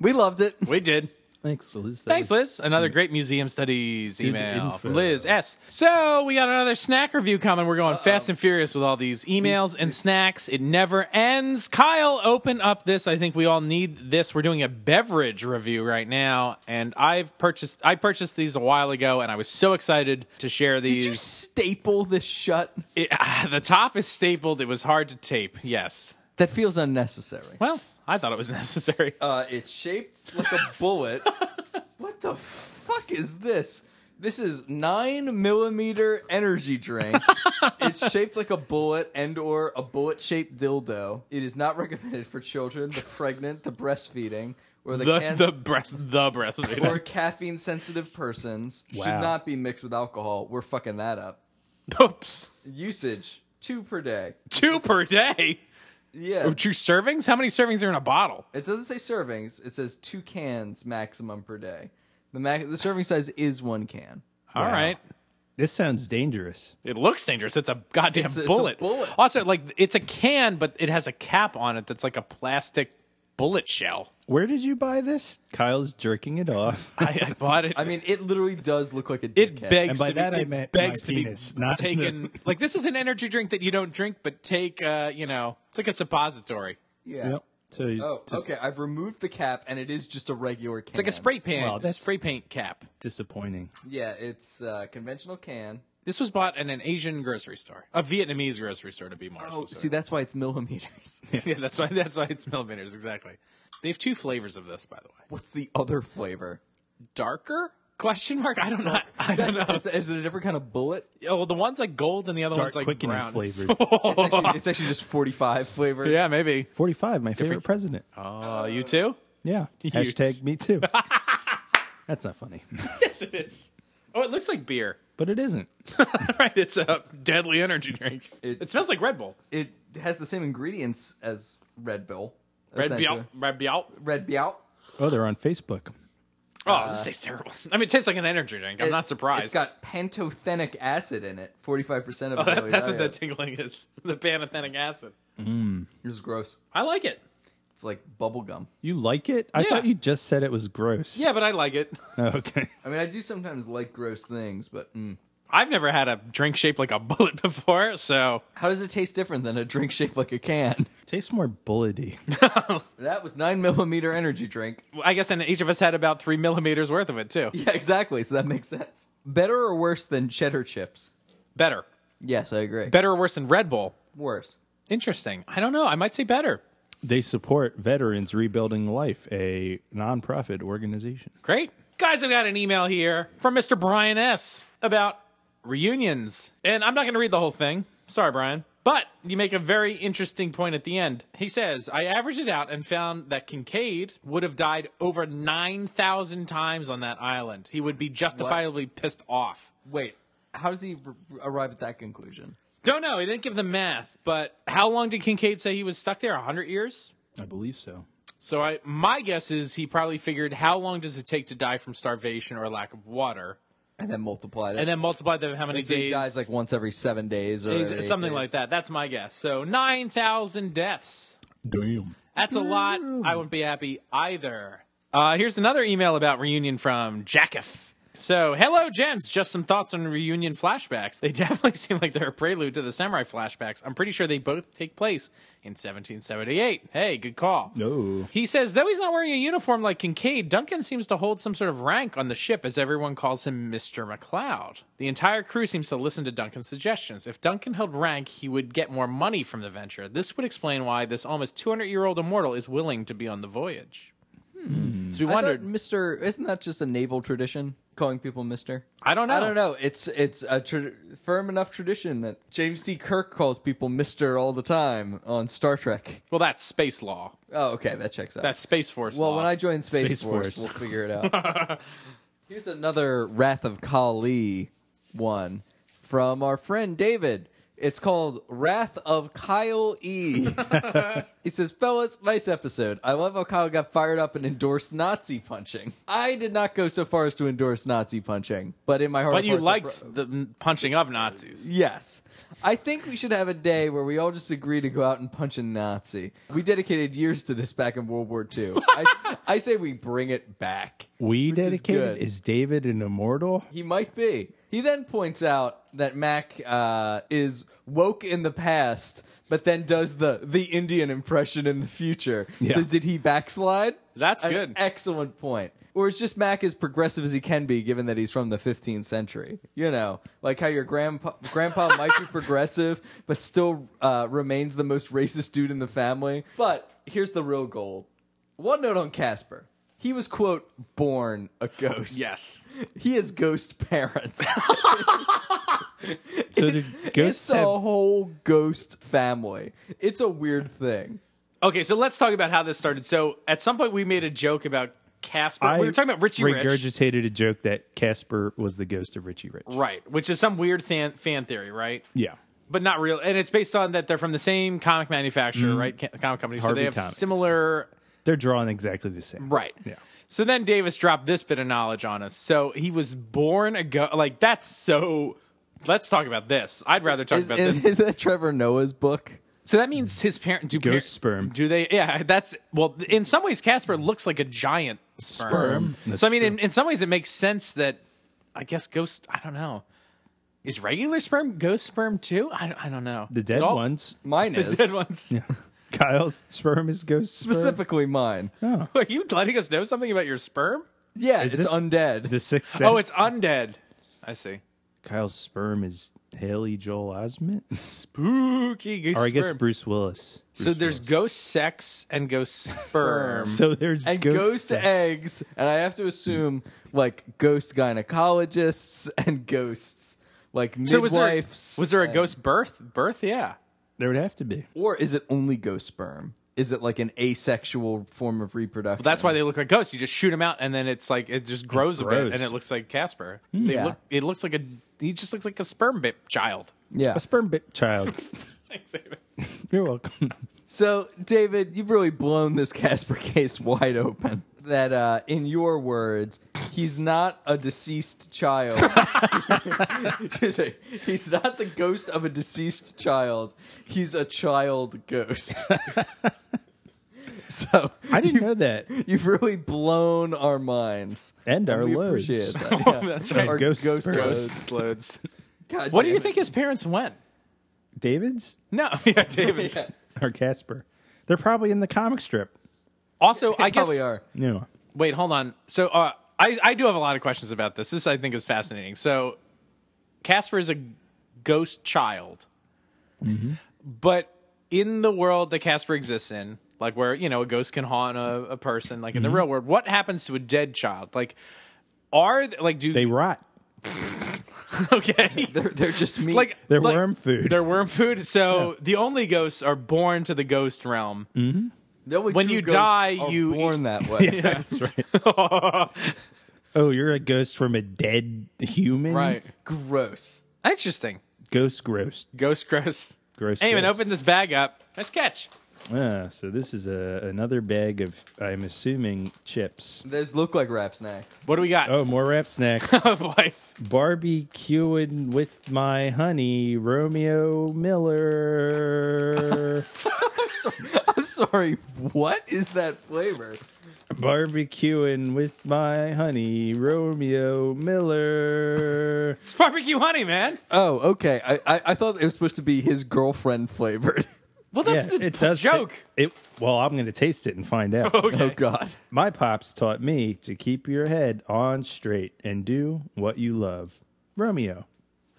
we loved it.
We did.
Thanks, Liz.
Thanks, Liz. Another great museum studies email
info.
from Liz S. So we got another snack review coming. We're going fast and furious with all these emails and snacks. It never ends. Kyle, open up this. I think we all need this. We're doing a beverage review right now, and I've purchased. I purchased these a while ago, and I was so excited to share
Did you
these.
staple this shut?
It- ah, the top is stapled. It was hard to tape. Yes.
That feels unnecessary.
Well, I thought it was necessary.
Uh, it's shaped like a bullet. what the fuck is this? This is nine millimeter energy drink. it's shaped like a bullet and or a bullet shaped dildo. It is not recommended for children, the pregnant, the breastfeeding, or the,
the
can-
the breast the breast.
or caffeine sensitive persons. Should
Wow.
not be mixed with alcohol. We're fucking that up.
Oops.
Usage two per day.
Two per day.
Yeah.
Oh, Two servings? How many servings are in a bottle?
It doesn't say servings. It says two cans maximum per day. The mac- the serving size is one can.
All right.
This sounds dangerous.
It looks dangerous. It's a goddamn
It's a- it's a
bullet.
bullet.
Also, like it's a can, but it has a cap on it that's like a plastic bullet shell.
Where did you buy this? Kyle's jerking it off.
I, I bought it.
I mean, it literally does look like a
it
dickhead.
begs
And by
to be,
that I
it
meant
begs
my
to
penis,
be
not the-
taken. Like this is an energy drink that you don't drink, but take. Uh, you know, it's like a suppository.
yeah.
So he's
Oh,
dis-
okay. I've removed the cap, and it is just a regular can.
It's like a spray paint.
Wow, that's-
spray paint cap.
disappointing.
Yeah, it's uh, conventional can.
This was bought in an Asian grocery store, a Vietnamese grocery store to be more.
Oh,
specific.
see, that's why it's millimeters.
yeah, that's why. That's why it's millimeters exactly. They have two flavors of this, by the way.
What's the other flavor?
darker question mark i don't know i don't know
Is, is it a different kind of bullet?
Yeah, well oh, the one's like gold and the other one's like
Dark quickening
brown
flavored.
It's actually, it's actually just forty-five flavor.
yeah maybe
45, my favorite president.
uh, you too
Yeah.
Utes.
Hashtag me too. That's not funny.
yes it is oh it looks like beer
But it isn't.
right it's a deadly energy drink it,
It-
smells like red bull
It has the same ingredients as Red Bull.
red
essentially.
bull red bull
Red Bull.
Oh, they're on Facebook.
oh this tastes terrible i mean it tastes like an energy drink i'm
It-
not surprised Oh,
It's got pantothenic acid in it. Forty-five percent of it.
That-
really
that's what
value.
that tingling is the panathenic acid
It's gross.
i like it
It's like bubble gum.
You like it? I
Yeah.
thought you just said it was gross.
yeah but i like it
Oh, okay.
I mean, I do sometimes like gross things, but mm.
i've never had a drink shaped like a bullet before so
how does it taste different than a drink shaped like a can?
Tastes more bullety.
That was nine millimeter energy drink.
i guess and each of us had about three millimeters worth of it too
Yeah, exactly. So that makes sense. Better or worse than cheddar chips?
better
Yes, I agree.
better or worse than Red Bull?
worse.
Interesting. I don't know. I might say better.
They support Veterans Rebuilding Life, a nonprofit organization.
Great. Guys, I've got an email here from Mr. Brian S. about reunions. And I'm not going to read the whole thing. Sorry, Brian. But you make a very interesting point at the end. He says, I averaged it out and found that Kincaid would have died over 9,000 times on that island. He would be justifiably pissed off.
Wait, how does he r- arrive at that conclusion?
Don't know. He didn't give the math, but how long did Kincaid say he was stuck there? 100 years?
I believe so.
So I, my guess is he probably figured how long does it take to die from starvation or lack of water,
And then multiply that.
and then multiply that by how many
so he
days
dies like once every seven days or
Ex-
every eight
something
days.
like that. That's my guess. So nine thousand deaths.
Damn.
That's a lot. I wouldn't be happy either. Uh, here's another email about reunion from Jackif. So, hello, gents. Just some thoughts on reunion flashbacks. They definitely seem like they're a prelude to the samurai flashbacks. I'm pretty sure they both take place in 1778. Hey, good call.
No.
He says, though he's not wearing a uniform like Kincaid, Duncan seems to hold some sort of rank on the ship as everyone calls him Mr. McLeod. The entire crew seems to listen to Duncan's suggestions. If Duncan held rank, he would get more money from the venture. This would explain why this almost 200 year old immortal is willing to be on the voyage. So we
Hmm. I
wondered.
thought Mister. Isn't that just a naval tradition? Calling people Mister.
I don't know.
I don't know. It's it's a tra- firm enough tradition that James D. Kirk calls people Mister all the time on Star Trek.
Well, that's space law.
Oh, okay, that checks out.
That's Space Force
well,
law.
when I join Space,
Space
Force,
Force.
we'll figure it out. Here's another Wrath of Kali one from our friend David. It's called Wrath of Kyle E. He says, fellas, nice episode. I love how Kyle got fired up and endorsed Nazi punching. I did not go so far as to endorse Nazi punching, but in my heart,
But
of
you
hearts,
liked
appro-
the punching of Nazis.
Yes. I think we should have a day where we all just agree to go out and punch a Nazi. We dedicated years to this back in World War II. I, I say we bring it back.
We
Which is
dedicated.
good.
Is, David an immortal?
He might be. He then points out that Mac uh, is woke in the past, but then does the, the Indian impression in the future.
Yeah.
So did he backslide?
That's
An
good.
Excellent point. Or is just Mac as progressive as he can be, given that he's from the 15th century? You know, like how your grandpa grandpa might be progressive, but still uh, remains the most racist dude in the family. But here's the real gold. One note on Casper. He was quote born a ghost.
Yes.
He has ghost parents.
So the
it's
ghosts
a
have-
whole ghost family. It's a weird thing.
Okay, so let's talk about how this started. So at some point we made a joke about Casper.
I
we were talking about Richie Rich.
regurgitated a joke that Casper was the ghost of Richie Rich.
Right, which is some weird fan, fan theory, right?
Yeah.
But not real. And it's based on that they're from the same comic manufacturer, right? Ca- Comic company. so
Mm. Harvey
they have
Comics.
similar
They're drawing exactly the same.
Right.
Yeah.
So then Davis dropped this bit of knowledge on us. So he was born a go like that's so let's talk about this. I'd rather talk
Is,
about
is,
this.
is that Trevor Noah's book?
So that means his parent do
Mm. Ghost
par-
sperm.
Do they? Yeah, that's well. In some ways, Casper looks like a giant sperm.
Sperm. That's
So I mean, in,
true.
in some ways, it makes sense that I guess ghost. I don't know. Is regular sperm ghost sperm too? I don't, I don't know.
The dead
It all-
ones.
Mine
The
is
dead ones.
Kyle's sperm is ghost sperm.
specifically mine.
Are you letting us know something about your sperm?
Yeah,
Is
it's
this-
undead.
The sixth sense.
Oh, it's undead. I see.
Kyle's sperm is Haley Joel Osment,
Spooky ghost
or I guess
sperm.
Bruce Willis.
so there's ghost sex and ghost sperm.
So there's
and
ghost,
ghost
sex.
eggs, and I have to assume like ghost gynecologists and ghosts like
So was there,
midwives.
was there a ghost birth? Birth, yeah.
There would have to be.
or is it only ghost sperm? Is it like an asexual form of reproduction?
That's why they look like ghosts. You just shoot them out, and then it's like it just grows, a
grows.
bit, and it looks like Casper. They
Yeah.
look, it looks like a. He just looks like a sperm bit child.
yeah.
A sperm bit child. You're welcome.
So, David, you've really blown this Casper case wide open. That, uh, in your words, he's not a deceased child. Just say, he's not the ghost of a deceased child. He's a child ghost. so,
I didn't know that.
you've really blown our minds.
And our
we
loads.
appreciate that. yeah.
That's right.
Our
ghost sperm.
loads.
Ghost loads.
God
What do you
damn
think
it.
his parents went?
David's
No, yeah, David's.
Yeah,
or Casper. They're probably in the comic strip.
Also,
they
I guess.
probably are.
No.
Wait, hold on. So, uh, I I do have a lot of questions about this. This I think is fascinating. So, Casper is a ghost child,
Mm-hmm.
but in the world that Casper exists in, like where you know a ghost can haunt a, a person, like in
Mm-hmm.
the real world, what happens to a dead child? Like, are th- like do
They rot.
okay?
They're, they're just me.
like
They're
like,
worm food.
They're worm food. So the only ghosts are born to the ghost realm.
No,
when
true
you
ghosts
die,
are
you-
born that way.
That's right. oh, you're a ghost from a dead human?
right.
Gross.
Interesting.
Ghost gross.
Ghost gross.
Gross.
Hey, man,
gross.
open this bag up. Nice catch.
Ah, so this is a, another bag of, I'm assuming, chips.
Those look like rap snacks.
What do we got?
Oh, more wrap snacks.
Oh boy.
Barbecuing with my honey, Romeo Miller.
sorry. I'm sorry. What is that flavor?
Barbecuing with my honey, Romeo Miller.
It's barbecue honey, man.
Oh, okay. I, I, I thought it was supposed to be his girlfriend flavored.
Well, that's the p- joke.
It, it- well, I'm going to taste it and find out.
Oh God.
My pops taught me to keep your head on straight and do what you love. Romeo.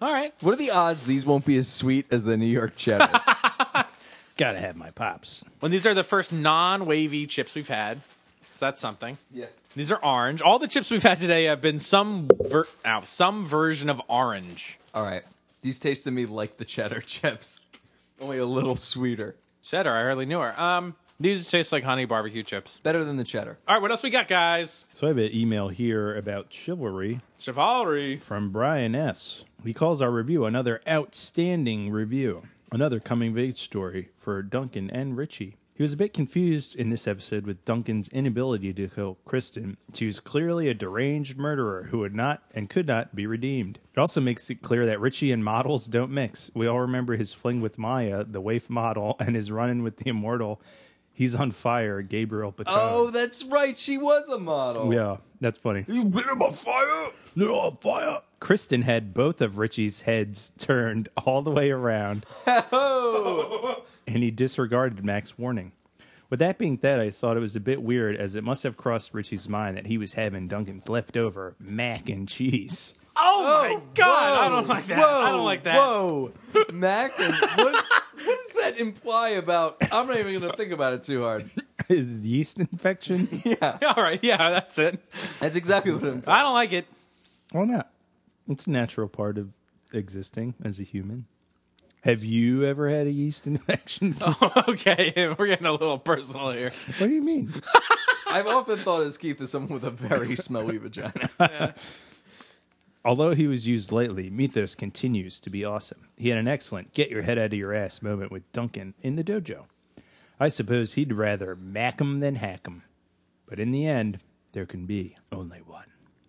All right.
What are the odds these won't be as sweet as the New York cheddar?
Gotta have my pops.
Well, these are the first non-wavy chips we've had, so that's something.
yeah.
These are orange. All the chips we've had today have been some ver- ow, some version of orange.
All right. These taste to me like the cheddar chips, only a little sweeter.
Cheddar, I hardly knew her. Um, these taste like honey barbecue chips.
Better than the cheddar.
All right, what else we got, guys?
So I have an email here about chivalry
Chivalry.
from Brian S. He calls our review another outstanding review, another coming of age story for Duncan and Richie. He was a bit confused in this episode with Duncan's inability to kill Kristen. She was clearly a deranged murderer who would not and could not be redeemed. It also makes it clear that Richie and models don't mix. We all remember his fling with Maya, the waif model, and his run in with the immortal. He's on fire, Gabriel Patton.
Oh, that's right. She was a model.
yeah, that's funny.
You bit him a fire.
They're on fire. Kristen had both of Richie's heads turned all the way around, and he disregarded Mac's warning. With that being said, I thought it was a bit weird, as it must have crossed Richie's mind that he was having Duncan's leftover mac and cheese.
Oh, my god, I don't
Whoa,
like that. I
whoa,
don't like that.
Whoa, Mac, and what, is, what does that imply about? I'm not even going to think about it too hard.
His yeast infection?
All right, yeah, that's it.
That's exactly what it implies.
I don't like it.
Why not? It's a natural part of existing as a human. Have you ever had a yeast infection?
okay, we're getting a little personal here.
What do you mean?
I've often thought of Keith as someone with a very smelly vagina.
Although he was used lately, Mythos continues to be awesome. He had an excellent get your head out of your ass moment with Duncan in the dojo. I suppose he'd rather mack 'em than hack 'em. But in the end, there can be only one.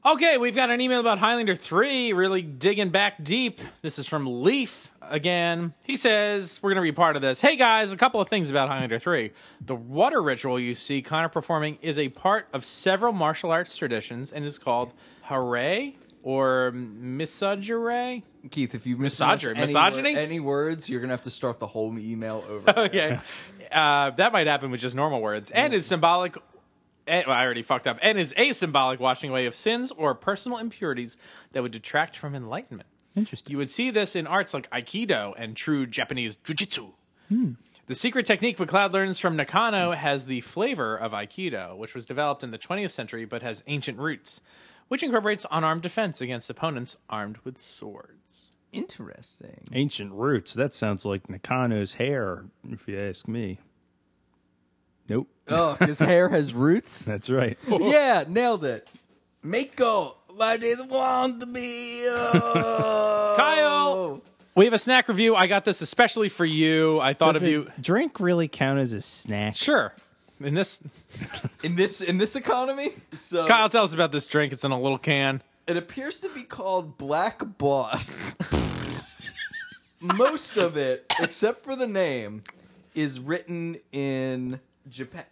Okay, we've got an email about Highlander 3, really digging back deep. This is from Leaf again. He says, We're going to be part of this. Hey guys, a couple of things about Highlander 3. The water ritual you see Connor performing is a part of several martial arts traditions and is called Hooray or Misogyray.
Keith, if you mispronounce
Misogyny-
any
misogyny? Oh,
wor- any words, you're going to have to start the whole email over.
Okay. Uh, that might happen with just normal words. And is symbolic. And, well, I already fucked up. And is a symbolic washing away of sins or personal impurities that would detract from enlightenment.
Interesting.
You would see this in arts like Aikido and true Japanese Jujitsu. The secret technique McLeod learns from Nakano has the flavor of Aikido, which was developed in the 20th century but has ancient roots, which incorporates unarmed defense against opponents armed with swords.
Interesting.
Ancient roots. That sounds like Nakano's hair, if you ask me. Nope.
Oh, his hair has roots.
That's right.
yeah, nailed it. Mako, I didn't want to be. Oh.
Kyle! We have a snack review. I got this especially for you. I thought
Does
of you.
a drink really count as a snack?
Sure. In this,
in this in this economy. So
Kyle, tell us about this drink. It's in a little can.
it appears to be called Black Boss. Most of it, except for the name, is written in Jap-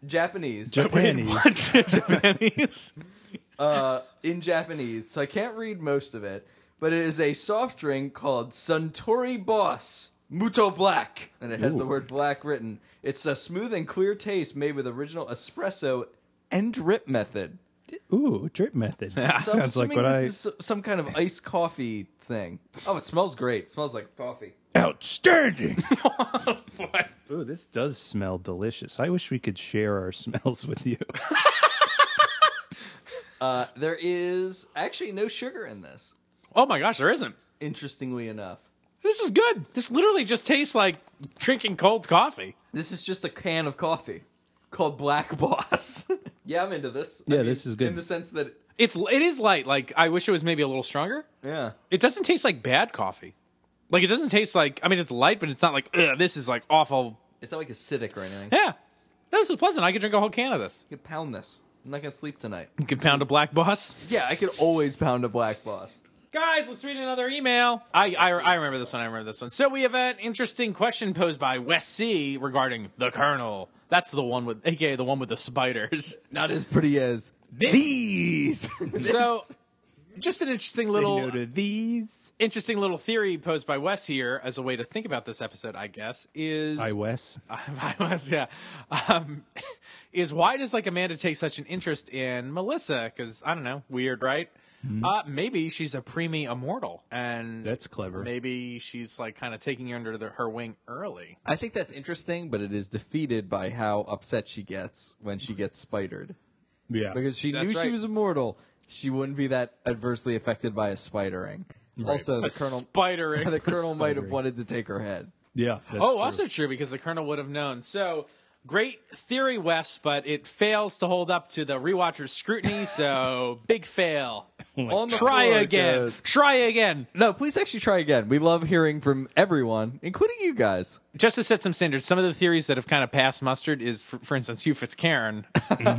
Japanese.
Japanese.
Japanese.
in Japanese, so I can't read most of it. But it is a soft drink called Suntory Boss Muto Black, and it has the word black written. It's a smooth and clear taste made with original espresso and drip method.
Ooh, drip method.
So I'm
sounds like
assuming
what I.
this is s- some kind of iced coffee thing. Oh, it smells great. It smells like coffee.
Outstanding. Ooh, this does smell delicious. I wish we could share our smells with you.
Uh, there is actually no sugar in this,
Oh my gosh, there isn't.
interestingly enough.
This is good. This literally just tastes like drinking cold coffee.
This is just a can of coffee called Black Boss. yeah, I'm into this. I
Yeah, this is good.
In the sense that,
It's it is light. Like I wish it was maybe a little stronger.
yeah.
It doesn't taste like bad coffee. Like it doesn't taste like I mean it's light, but it's not like Ugh, this is like awful.
It's not like acidic or anything.
Yeah, this is pleasant. I could drink a whole can of this.
You could pound this. I'm not gonna sleep tonight.
You could pound a black boss.
Yeah, I could always pound a black boss.
Guys, let's read another email. I, I, I remember this one. I remember this one. So we have an interesting question posed by Wes C regarding the Colonel. That's the one with, aka the one with the spiders.
Not as pretty as these.
So, just an interesting little
these.
interesting little theory posed by Wes here as a way to think about this episode, I guess, is
Hi, Wes.
I was, yeah. Um, is why does like Amanda take such an interest in Melissa? Because I don't know, weird, right? Uh, maybe she's a preemie immortal, and
Mm-hmm. That's clever.
Maybe she's like kind of taking her under the, her wing early.
I think that's interesting, but it is defeated by how upset she gets when she gets spidered.
Yeah.
Because she
That's
knew she
right.
was immortal, she wouldn't be that adversely affected by a spidering. Also, the
A
colonel,
spidering.
the colonel might have wanted to take her head.
yeah. that's
oh,
true.
also true because the colonel would have known. So great theory, Wes, but it fails to hold up to the rewatcher's scrutiny. So big fail.
On the
Try
floor Oh it
again.
goes.
Try again.
No, please actually try again. We love hearing from everyone, including you guys.
just to set some standards, some of the theories that have kind of passed mustard is, for, for instance, Hugh Fitzcairn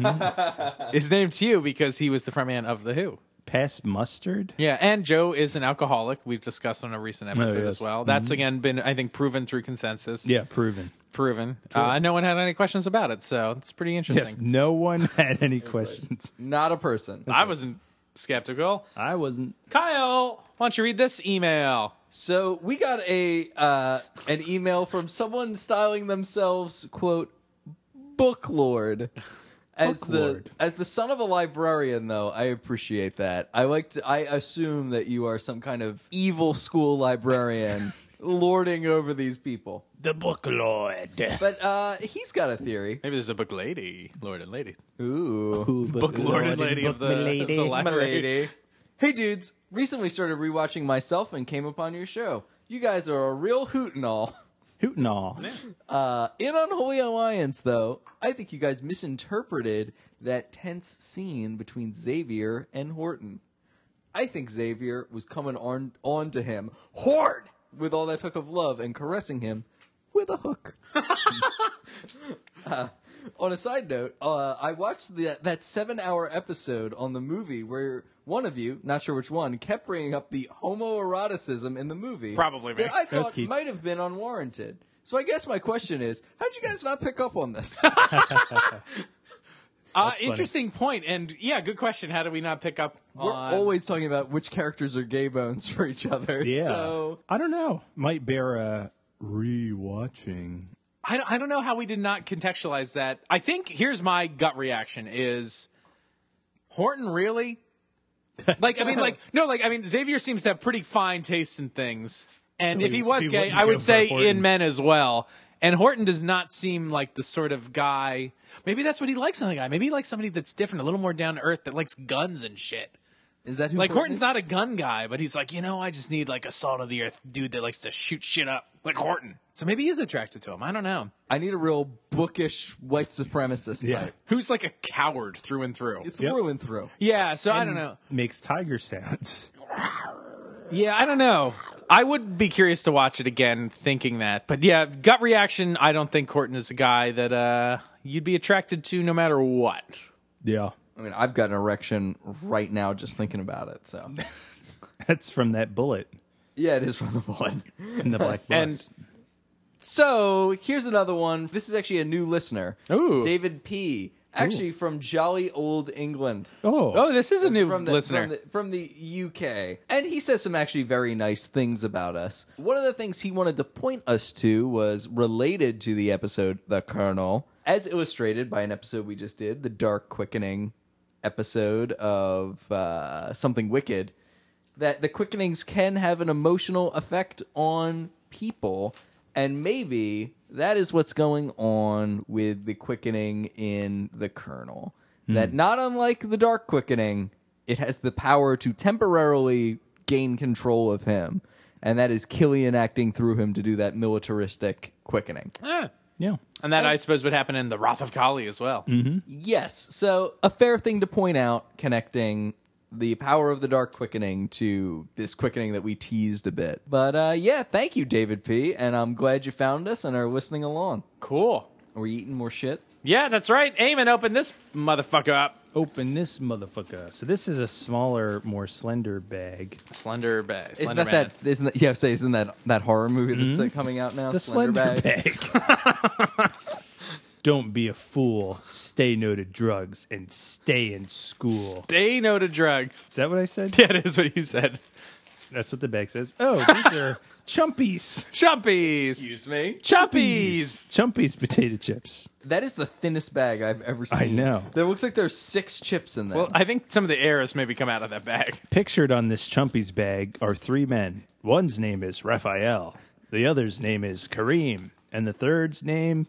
Mm-hmm.
is named Hugh because he was the frontman of The Who.
Pass mustard?
Yeah, and Joe is an alcoholic. We've discussed on a recent episode
Oh, yes. Mm-hmm.
as well. That's again been, I think, proven through consensus.
Yeah, proven.
proven. Uh, no one had any questions about it, so it's pretty interesting.
Yes, no one had any questions.
Not a person.
I wasn't skeptical.
I wasn't.
Kyle, why don't you read this email?
So we got a uh, an email from someone styling themselves quote booklord as the
Booklord.
as the son of a librarian though I appreciate that I like to I assume that you are some kind of evil school librarian lording over these people
The book lord.
but uh, he's got a theory
Maybe there's a book lady, lord and lady,
ooh
book lord and lady of the, of the
My
library.
lady. Hey dudes, recently started rewatching myself and came upon your show. You guys are a real hoot and all.
Hootin' all.
In Unholy Alliance, though, I think you guys misinterpreted that tense scene between Xavier and Horton. I think Xavier was coming on, on to him hard with all that hook of love and caressing him with a hook. Uh, on a side note, uh, I watched the, that seven hour episode on the movie where one of you, not sure which one, kept bringing up the homoeroticism in the movie.
Probably me.
That I
was
thought
Keith.
might have been unwarranted. So I guess my question is, how did you guys not pick up on this?
Uh, interesting point, and yeah, good question. How do we not pick up
We're
on?
always talking about which characters are gay bones for each other.
Yeah.
So
I don't know. Might bear a rewatching.
I, don't- I don't know how we did not contextualize that. I think here's my gut reaction: is Horton really? like, I mean, like no, like I mean, Xavier seems to have pretty fine taste in things, and
So
if
he-
he was
he
gay,
wouldn't
I
go
would
for
say in
Horton.
men as well. And Horton does not seem like the sort of guy. Maybe that's what he likes in a guy. Maybe he likes somebody that's different, a little more down to earth, that likes guns and shit.
is that who
Like
Horton
Horton's
is?
not a gun guy, but he's like, you know, I just need like a salt of the earth dude that likes to shoot shit up, like Horton. So maybe he's attracted to him. I don't know.
I need a real bookish white supremacist
Yeah.
type.
Who's like a coward through and through.
Through and through.
Yeah. So I don't know.
Makes tiger sounds.
Yeah, I don't know. I would be curious to watch it again, thinking that. But yeah, gut reaction. I don't think Horton is a guy that uh you'd be attracted to no matter what.
Yeah.
I mean, I've got an erection right now just thinking about it. So
That's from that bullet
yeah, it is from the bullet.
in the black bus.
And-
So here's another one. This is actually a new listener.
Ooh.
David P. Actually from jolly old England.
Oh,
oh,
this is a new
from the,
listener.
From, the, from the UK. And he says some actually very nice things about us. One of the things he wanted to point us to was related to the episode The Colonel, as illustrated by an episode we just did, the Dark Quickening episode of uh, Something Wicked, that the quickenings can have an emotional effect on people. And maybe that is what's going on with the quickening in the Colonel. That not unlike the dark quickening, it has the power to temporarily gain control of him. And that is Killian acting through him to do that militaristic quickening.
Ah.
yeah.
And that I suppose would happen in the Wrath of Kali as well.
Mm-hmm. Yes. So, a fair thing to point out connecting the power of the dark quickening to this quickening that we teased a bit. But uh, yeah, thank you, David P. And I'm glad you found us and are listening along.
Cool.
Are we eating more shit?
Yeah, that's right. Eamon opened this motherfucker up.
open this motherfucker. So this is a smaller, more slender bag.
Slender bag. Mm-hmm.
Isn't
Slender
that, that isn't that yeah, say isn't that that horror movie that's uh, coming out now?
The slender, bag. Don't be a fool. Stay no to drugs and stay in school.
Stay no to drugs.
is that what I said?
That is what you said.
That's what the bag says. Oh, these are chumpies.
Chumpies.
Excuse me.
Chumpies.
Chumpies potato chips.
That is the thinnest bag I've ever seen.
know.
There looks like there's six chips in there.
Well, I think some of the air has maybe come out of that bag.
Pictured on this chumpies bag are three men. One's name is Raphael, the other's name is Kareem, and the third's name,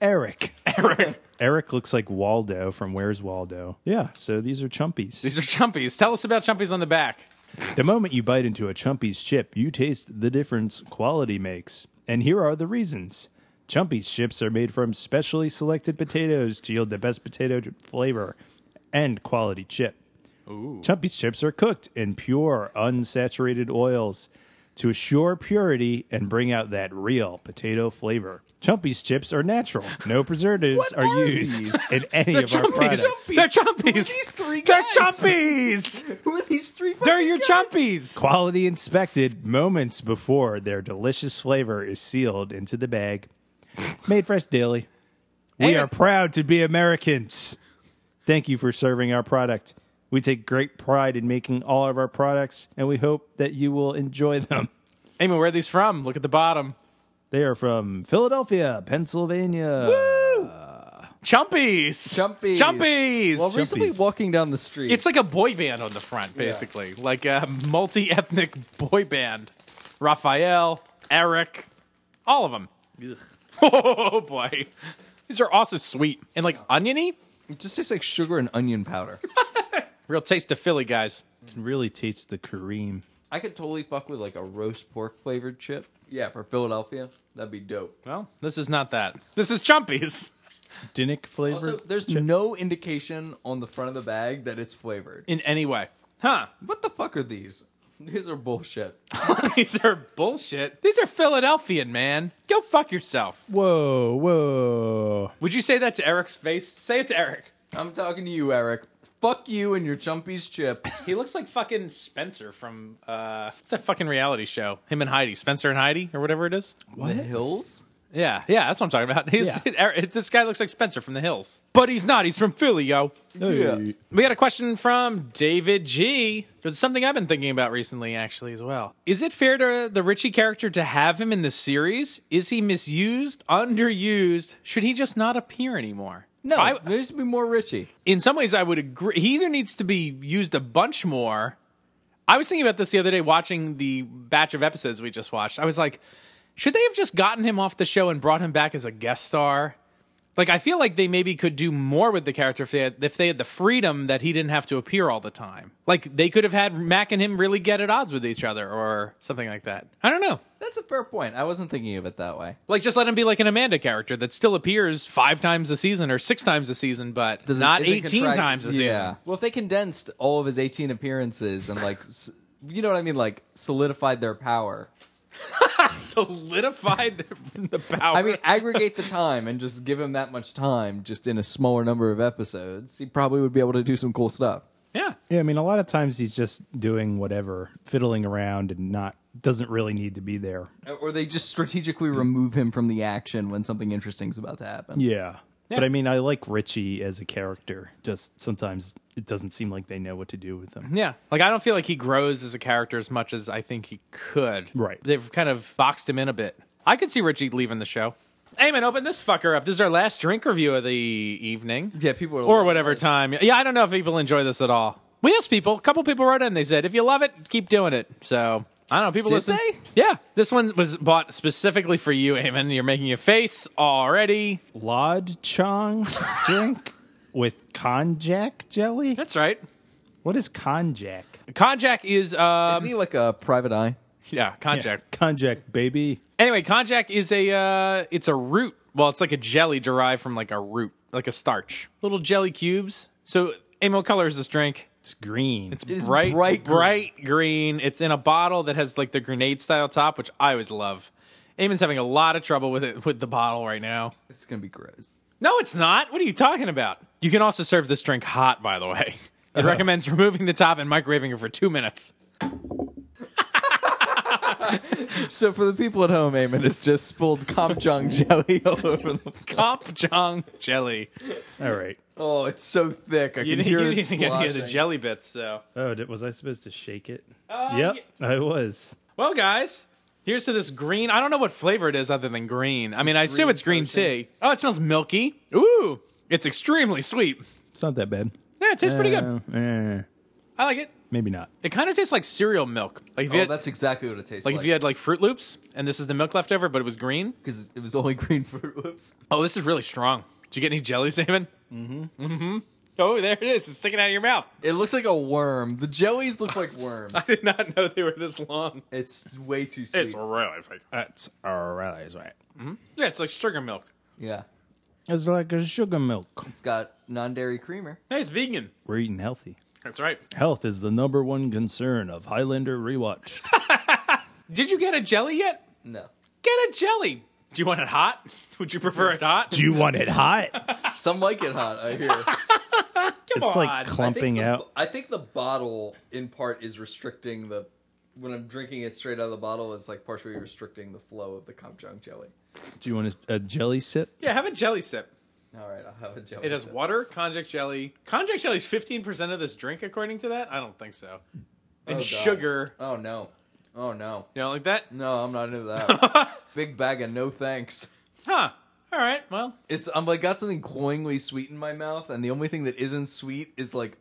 Eric. Eric. Eric looks like Waldo from Where's Waldo? Yeah, so these are chumpies.
These are chumpies. Tell us about chumpies on the back.
The moment you bite into a Chumpy's chip, you taste the difference quality makes. And here are the reasons. Chumpy's chips are made from specially selected potatoes to yield the best potato j- flavor and quality chip. Chumpy's chips are cooked in pure, unsaturated oils to assure purity and bring out that real potato flavor. Chumpy's chips are natural. No preservatives are,
are
used
these?
in any of our products.
Chumpies.
They're chumpies.
Who are these three guys?
They're chumpies.
Who are these three?
They're
fucking
your
guys?
chumpies.
Quality inspected moments before their delicious flavor is sealed into the bag. Made fresh daily. We
And-
are proud to be Americans. Thank you for serving our product. We take great pride in making all of our products, and we hope that you will enjoy them.
Amy, where are these from? Look at the bottom.
They are from Philadelphia, Pennsylvania.
Chumpies.
Chumpies.
Chumpies.
Well, recently
Chumpies.
walking down the street,
it's like a boy band on the front, basically. Like a multi ethnic boy band. Raphael, Eric, all of them. Oh, boy. These are also sweet and like oniony.
it just tastes like sugar and onion powder.
Real taste of Philly, guys.
Can really taste the Kareem.
I could totally fuck with like a roast pork flavored chip. Yeah, for Philadelphia, that'd be dope.
Well, this is not that. This is Chumpies.
Dinnick flavor.
Also, there's no indication on the front of the bag that it's flavored.
in any way. Huh.
What the fuck are these? These are bullshit.
These are bullshit. These are Philadelphian, man. Go fuck yourself.
whoa, whoa.
Would you say that to Eric's face? Say it to Eric.
I'm talking to you, Eric. Fuck you and your chumpies chips.
He looks like fucking Spencer from uh it's that fucking reality show. Him and Heidi. Spencer and Heidi or whatever it is.
The hills?
Yeah, yeah, that's what I'm talking about. He's,
Yeah.
Eric- this guy looks like Spencer from the hills. But he's not, he's from Philly, yo.
Yeah.
We got a question from David G. It's something I've been thinking about recently, actually, as well. Is it fair to the Richie character to have him in the series? Is he misused, underused? Should he just not appear anymore?
No,
I-
there needs to be more Richie.
in some ways, I would agree. He either needs to be used a bunch more. I was thinking about this the other day watching the batch of episodes we just watched. I was like, should they have just gotten him off the show and brought him back as a guest star? Like, I feel like they maybe could do more with the character if they had, if they had the freedom that he didn't have to appear all the time. Like, they could have had Mac and him really get at odds with each other or something like that. I don't know.
That's a fair point. I wasn't thinking of it that way.
Like, just let him be like an Amanda character that still appears five times a season or six times a season, but
Doesn't-
not
isn't
18
contract-
times a season.
Well, if they condensed all of his 18 appearances and like, s- you know what I mean, like solidified their power.
solidified the power.
I mean, aggregate the time and just give him that much time, just in a smaller number of episodes, he probably would be able to do some cool stuff.
yeah.
Yeah, I mean, a lot of times he's just doing whatever, fiddling around, and not doesn't really need to be there.
Or they just strategically remove him from the action when something interesting's about to happen.
Yeah. But I mean, I like Richie as a character. Just sometimes it doesn't seem like they know what to do with him.
Yeah. Like, I don't feel like he grows as a character as much as I think he could.
Right.
They've kind of boxed him in a bit. I could see Richie leaving the show. Amen, open this fucker up. This is our last drink review of the evening.
Yeah, people are
Or
like-
whatever time. Yeah, I don't know if people enjoy this at all. We asked people. A couple people wrote in. They said, if you love it, keep doing it. So, I don't know. People
Did
listen.
they?
Yeah. This one was bought specifically for you, Amen. You're making a face already.
Lod Chong drink with konjac jelly?
That's right.
What is konjac?
Konjac is,
Isn't
um,
he like a private eye?
yeah, Konjac.
Konjac, baby.
Anyway, konjac is a uh, it's a root. Well, it's like a jelly derived from like a root, like a starch, little jelly cubes. So, Amy, what color is this drink?
It's green.
It's
is
bright,
bright green.
bright green. It's in a bottle that has like the grenade style top, which I always love. Eamon's having a lot of trouble with it with the bottle right now.
It's gonna be gross.
No, it's not. What are you talking about? You can also serve this drink hot, by the way. It recommends removing the top and microwaving it for two minutes.
So for the people at home, Eamon has just spilled Compjong jelly all over the floor.
Comp Jong jelly.
All right.
Oh, it's so thick. I
You
can
didn't,
hear
you
it
didn't get any of the
sloshing.
jelly bits, so.
Oh, did, was I supposed to shake it?
Uh,
yep, I was.
Well, guys, here's to this green. I don't know what flavor it is other than green. I mean, I assume it's green tea. Oh, it smells milky. Ooh, it's extremely sweet.
It's not that bad.
Yeah, it tastes pretty good.
Uh, eh,
I like it.
maybe not.
It kind of tastes like cereal milk. Like if you
Oh,
had,
that's exactly what it tastes
like
like.
if you had like Fruit Loops, and this is the milk left over, but it was green.
Because it was only green Fruit Loops.
Oh, this is really strong. Did you get any jelly, Simon? Mm-hmm. Mm-hmm. Oh, there it is. It's sticking out of your mouth.
It looks like a worm. The jellies look like worms.
I did not know they were this long.
It's way too sweet.
It's really like
That's all right. That's right.
yeah, it's like sugar milk.
yeah.
It's like a sugar milk.
It's got non-dairy creamer.
Hey, it's vegan.
We're eating healthy.
That's right.
Health is the number one concern of Highlander Rewatched.
Did you get a jelly yet?
No.
Get a jelly. Do you want it hot? Would you prefer it hot?
Do you want it hot?
Some like it hot, I hear.
Come
it's
on.
like
I think
clumping
the,
out.
I think the bottle, in part, is restricting the... When I'm drinking it straight out of the bottle, it's like partially restricting the flow of the Compjong jelly.
Do you want a, a jelly sip?
yeah, have a jelly sip.
All right, I'll have a jelly.
It has
sip.
water, konjac jelly. Konjac jelly is 15% of this drink, according to that? I don't think so. And
Oh, God.
sugar.
Oh, no. Oh, no.
You know, like that?
No, I'm not into that. Big bag of no thanks.
Huh. All right. Well,
It's I'm like got something cloyingly sweet in my mouth, and the only thing that isn't sweet is like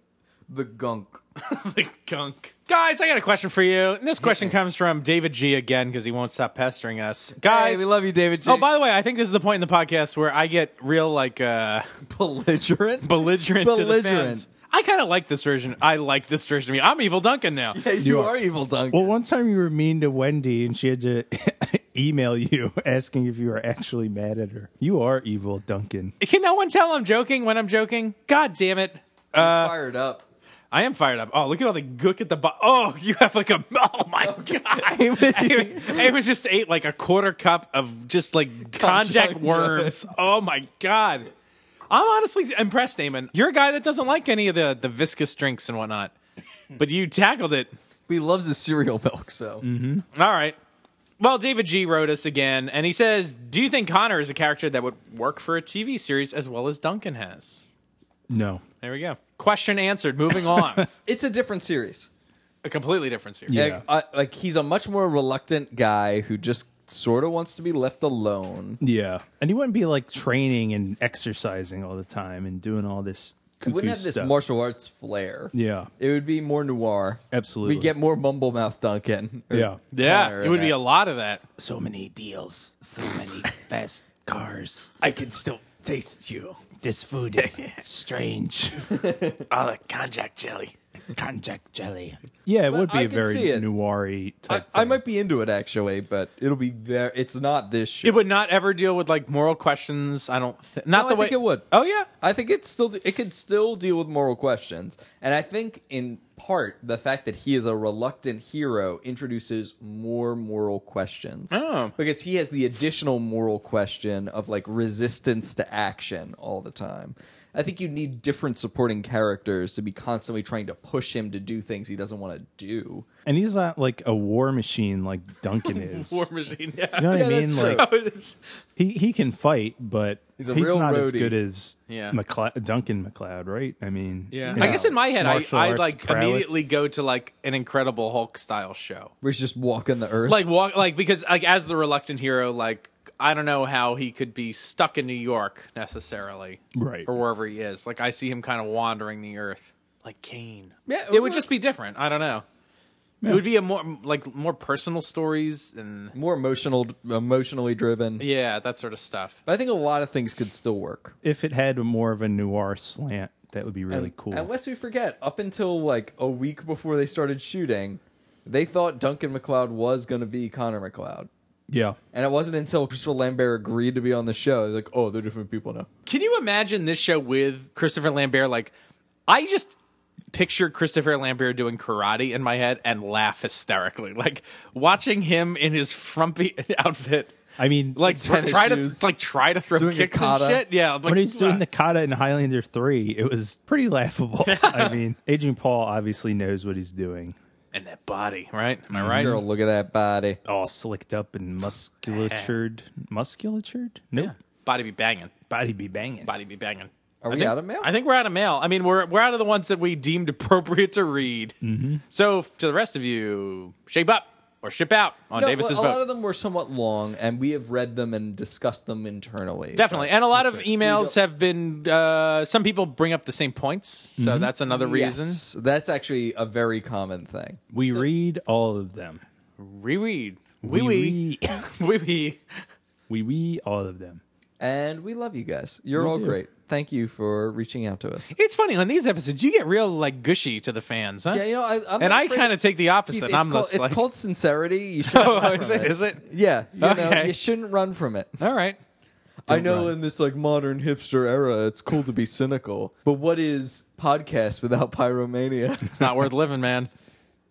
the gunk.
the gunk. Guys, I got a question for you. And this question comes from David G again because he won't stop pestering us. Guys,
Hey, we love you, David. G.
Oh, by the way, I think this is the point in the podcast where I get real like uh
belligerent.
belligerent, to the
Belligerent.
fans. I kind of like this version. I like this version of me. I'm evil Duncan now.
Hey, you, are, evil, Duncan.
Well, one time you were mean to Wendy and she had to email you asking if you were actually mad at her. You are evil, Duncan.
Can no one tell I'm joking when I'm joking? God damn it.
uh,
fired up.
I am fired up. Oh, look at all the gook at the bottom. Oh, you have like a. Oh my god! Eamon Eamon just ate like a quarter cup of just like konjac
Konjac
worms. Oh my god! I'm honestly impressed, Eamon. You're a guy that doesn't like any of the the viscous drinks and whatnot, but you tackled it.
He loves his cereal milk, so
Mm-hmm.
All right. Well, David G wrote us again, and he says, "Do you think Connor is a character that would work for a TV series as well as Duncan has?"
No.
There we go. Question answered. Moving on.
it's a different series.
a completely different series.
Yeah.
Like, I, like he's a much more reluctant guy who just sort of wants to be left alone.
Yeah. And you wouldn't be like training and exercising all the time and doing all this.
He wouldn't
cuckoo
have this
stuff.
martial arts flair.
Yeah.
It would be more noir.
Absolutely.
We get more mumble mouth Duncan. Or
Yeah.
Yeah,
Connor
it would
in
be
it.
a lot of that.
so many deals, so many fast cars.
I can still taste you.
This food is strange. All the konjac jelly. Konjac jelly.
Yeah, it
But
would be
I
a
could see
very
it.
noir
I,
type.
I
thing.
might be into it actually, but it'll be very. It's not this show.
It would not ever deal with like moral questions. I don't. Th- not
No,
the
I
way
think it would.
Oh yeah,
I think it's still it could still deal with moral questions, and I think in part the fact that he is a reluctant hero introduces more moral questions
Oh.
because he has the additional moral question of like resistance to action all the time. I think you need different supporting characters to be constantly trying to push him to do things he doesn't want to do.
and he's not like a war machine like Duncan is.
War Machine. Yeah,
You know what
Yeah,
I mean?
that's true.
like
It's-
he he can fight, but he's,
a real
not as
roadie.
good as
Yeah.
McLe- Duncan McLeod, right? I mean, you
I
know,
guess in my head, I,
martial
I
arts
like
prowess.
immediately go to like an Incredible Hulk style show.
Where he's just walking the earth.
Like walk, like because like as the reluctant hero, like I don't know how he could be stuck in New York necessarily,
Right.
or wherever he is. Like I see him kind of wandering the earth, like Kane.
Yeah, it
it,
would
would
work.
just be different. I don't know. It would be a more like more personal stories and
more emotional, emotionally driven.
yeah, that sort of stuff.
But I think a lot of things could still work.
if it had more of a noir slant, that would be really cool.
Unless we forget, up until like a week before they started shooting, they thought Duncan McLeod was going to be Connor McLeod.
yeah,
And it wasn't until Crystal Lambert agreed to be on the show, they're like, oh, they're different people now.
Can you imagine this show with Christopher Lambert? Like, I just picture Christopher Lambert doing karate in my head and laugh hysterically. Like watching him in his frumpy outfit
I mean,
Like thr-
tennis
try
shoes.
to like try to throw
Doing a
kicks and
kata.
shit. Yeah, like
when he's doing the kata in Highlander three, it was pretty laughable. I mean, Adrian Paul obviously knows what he's doing.
and that body, right? Am I right?
Girl, look at that body.
All slicked up and musculatured, musculatured. Nope.
Eh. Yeah. Body be banging.
Body be banging.
Body be banging.
Are we
think-
out of mail?
I think we're out of mail. I mean, we're we're out of the ones that we deemed appropriate to read. Mm-hmm. So f- to the rest of you, shape up or ship out on
No,
Davis's
a
vote.
lot of them were somewhat long, and we have read them and discussed them internally.
Definitely, and a lot of emails have been. Uh, some people bring up the same points, so that's another reason.
Yes, that's actually a very common thing.
We read all of them.
Reread, wee wee,
read-
wee wee.
we we all of them.
And we love you guys. You're all
do.
great. Thank you for reaching out to us.
It's funny on these episodes you get real like gushy to the fans, huh?
Yeah, you know, I, I'm
and
not
I
afraid-
kind of take the
Keith,
opposite.
It's,
I'm
called,
just
it's
like,
called sincerity. You should.
oh, is it? Is it?
Yeah, you know,
Okay.
you shouldn't run from it.
All right.
I know in this like modern hipster era, it's cool to be cynical, but what is podcast without pyromania?
It's not worth living, man.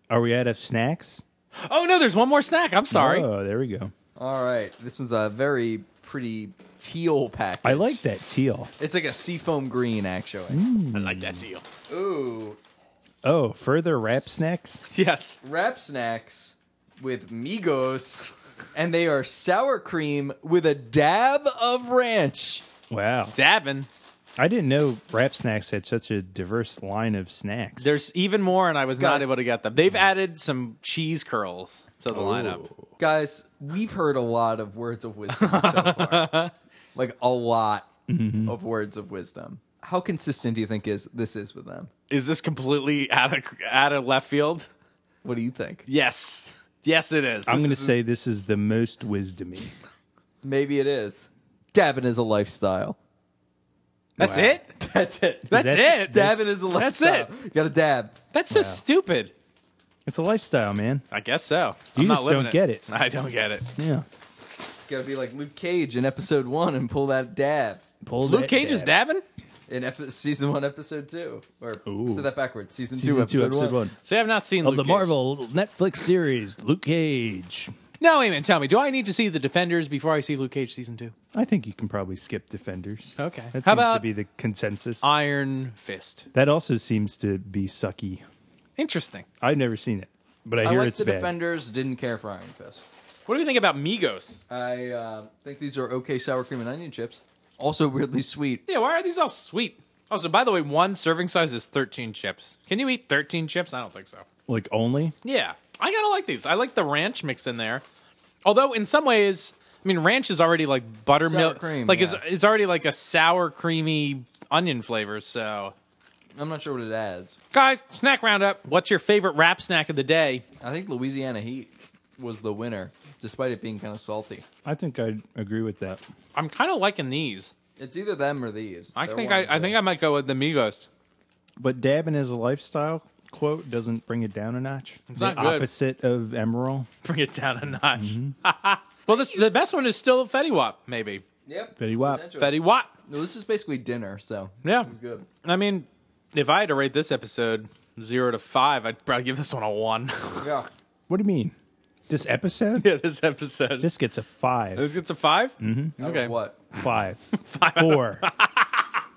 Are we out of snacks?
Oh no, there's one more snack. I'm sorry.
Oh, there we go.
All right, this one's a very pretty teal package.
I like Mm. that teal.
It's like a seafoam green, actually.
I like that deal.
Ooh,
Oh, further wrap snacks.
Yes.
wrap snacks with Migos, and they are sour cream with a dab of ranch.
Wow,
Dabbing.
I didn't know wrap snacks had such a diverse line of snacks.
There's even more, and I was not
Guys.
able to get them. They've added some cheese curls to the lineup.
Guys, we've heard a lot of words of wisdom so far. Like a lot of words of wisdom. How consistent do you think is this is with them?
Is this completely out of out of left field?
What do you think?
Yes. Yes, it is.
I'm
This
going
is-
to say this is the most wisdomy.
Maybe it is. Dabbing is a lifestyle.
That's
Wow.
it.
That's it.
That's
that-
it.
dabbing is a
That's
lifestyle. You gotta dab.
That's so stupid.
It's a lifestyle, man.
I guess so.
You
I'm not
just
living
don't get it.
I don't get it.
You
Yeah.
gotta be like Luke Cage in episode one and pull that dab.
Pull
Luke
that
Cage is
dab.
dabbing.
In epi- season one, episode two. Or
Ooh.
say that backwards. Season,
Season
two, episode, one.
See, I've not seen
Of
Luke
the
Cage.
Marvel Netflix series, Luke Cage.
No, wait a minute. Tell me, do I need to see the Defenders before I see Luke Cage season two?
I think you can probably skip Defenders.
Okay.
That
How
seems to
about-
be the consensus.
Iron Fist.
that also seems to be sucky.
Interesting.
I've never seen it, but I,
I
hear
liked
it's
the
bad.
Defenders, didn't care for Iron Fist.
What do you think about Migos?
I uh, think these are okay sour cream and onion chips. Also weirdly sweet.
Yeah, why are these all sweet? Also, by the way, one serving size is 13 chips. Can you eat 13 chips? I don't think so.
Like only?
Yeah, I kind of like these. I like the ranch mixed in there. Although, in some ways, I mean, ranch is already like buttermilk.
cream,
like, it's,
yeah.
it's already like a sour, creamy onion flavor. So,
I'm not sure what it adds.
guys, snack roundup. What's your favorite wrap snack of the day?
I think Louisiana Heat was the winner, despite it being kind of salty.
I think I'd agree with that.
I'm kind of liking these.
It's either them or these.
I
They're
think
one
I,
and
I
two.
think I might go with the Migos.
But dabbing as a lifestyle quote doesn't bring it down a notch. It's the
not good.
opposite of Emerald.
Bring it down a notch.
Mm-hmm.
well, this the best one is still Fetty Wap, maybe.
Yep.
Fetty Wap.
Potential.
Fetty Wap.
No, this is basically dinner, so
Yeah.
it's good.
I mean, if I had to rate this episode zero to five, I'd probably give this one a one.
Yeah.
What do you mean? This episode?
yeah, this episode.
This gets a five.
This gets a 5 Mm-hmm. Okay.
What?
Five. Four.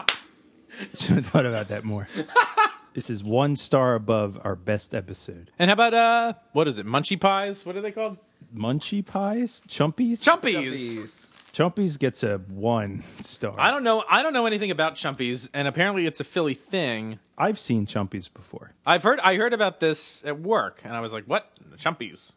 Should have thought about that more. this is one star above our best episode.
And how about uh, what is it? Munchie pies? What are they called?
Munchie pies? Chumpies?
Chumpies.
Bees.
Chumpies gets a one star.
I don't know. I don't know anything about chumpies, and apparently it's a Philly thing.
I've seen Chumpies before.
I've heard. I heard about this at work, and I was like, "What? Chumpies?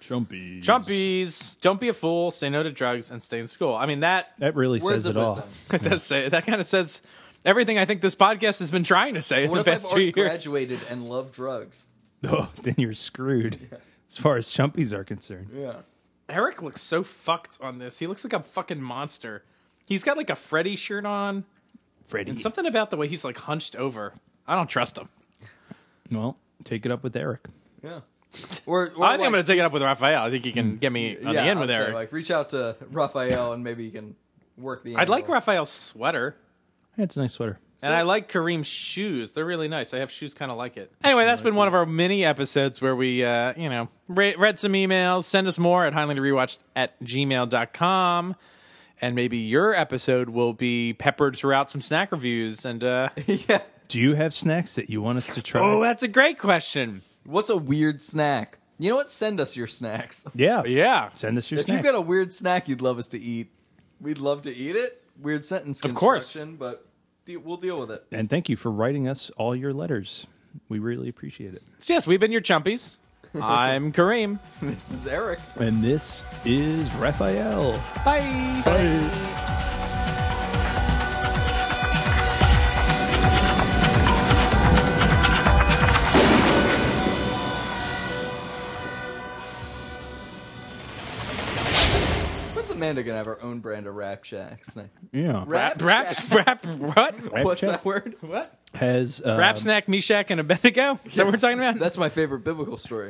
Chumpy.
Chumpies? Don't be a fool. Say no to drugs and stay in school." I mean, that
That really
Words
says
of
it all.
wisdom.
It does say that kind of says everything I think this podcast has been trying to say in
What
the
if I've
past few
already
years.
graduated and love drugs?
Oh, then you're screwed as far as Chumpies are concerned.
Yeah.
Eric looks so fucked on this. He looks like a fucking monster. He's got like a Freddy shirt on.
Freddie.
And something about the way he's like hunched over. I don't trust him.
Well, take it up with Eric.
Yeah. Or, or
I think
like-
I'm going to take it up with Raphael. I think he can get me on
yeah,
the end with
I'd say,
Eric.
Like reach out to Raphael and maybe you can work the.
I'd like
angle.
Raphael's sweater.
That's a nice sweater.
And I like Kareem's shoes. They're really nice. I have shoes kind of like it. Anyway, that's been one of our mini episodes where we, uh, you know, re- read some emails. Send us more at highlanderrewatched at gmail.com. And maybe your episode will be peppered throughout some snack reviews. And uh,
Do you have snacks that you want us to try?
oh, that's a great question.
What's a weird snack? You know what? Send us your snacks.
yeah.
Yeah.
Send us your
If
snacks.
you've got a weird snack you'd love us to eat, we'd love to eat it. Weird sentence
Of course.
construction, but de- we'll deal with it.
and thank you for writing us all your letters. We really appreciate it.
So, yes, we've been your chumpies. I'm Kareem.
This is Eric.
And this is Raphael.
Bye.
When's Amanda gonna have her own brand of rap shacks?
Yeah.
Rap,
Rap,
shack.
rap, what?
Rap
What's
Shack
that word?
What?
Has uh,
Um, Rap snack, Meshach, and Abednego? Is that what we're talking about?
That's my favorite biblical story.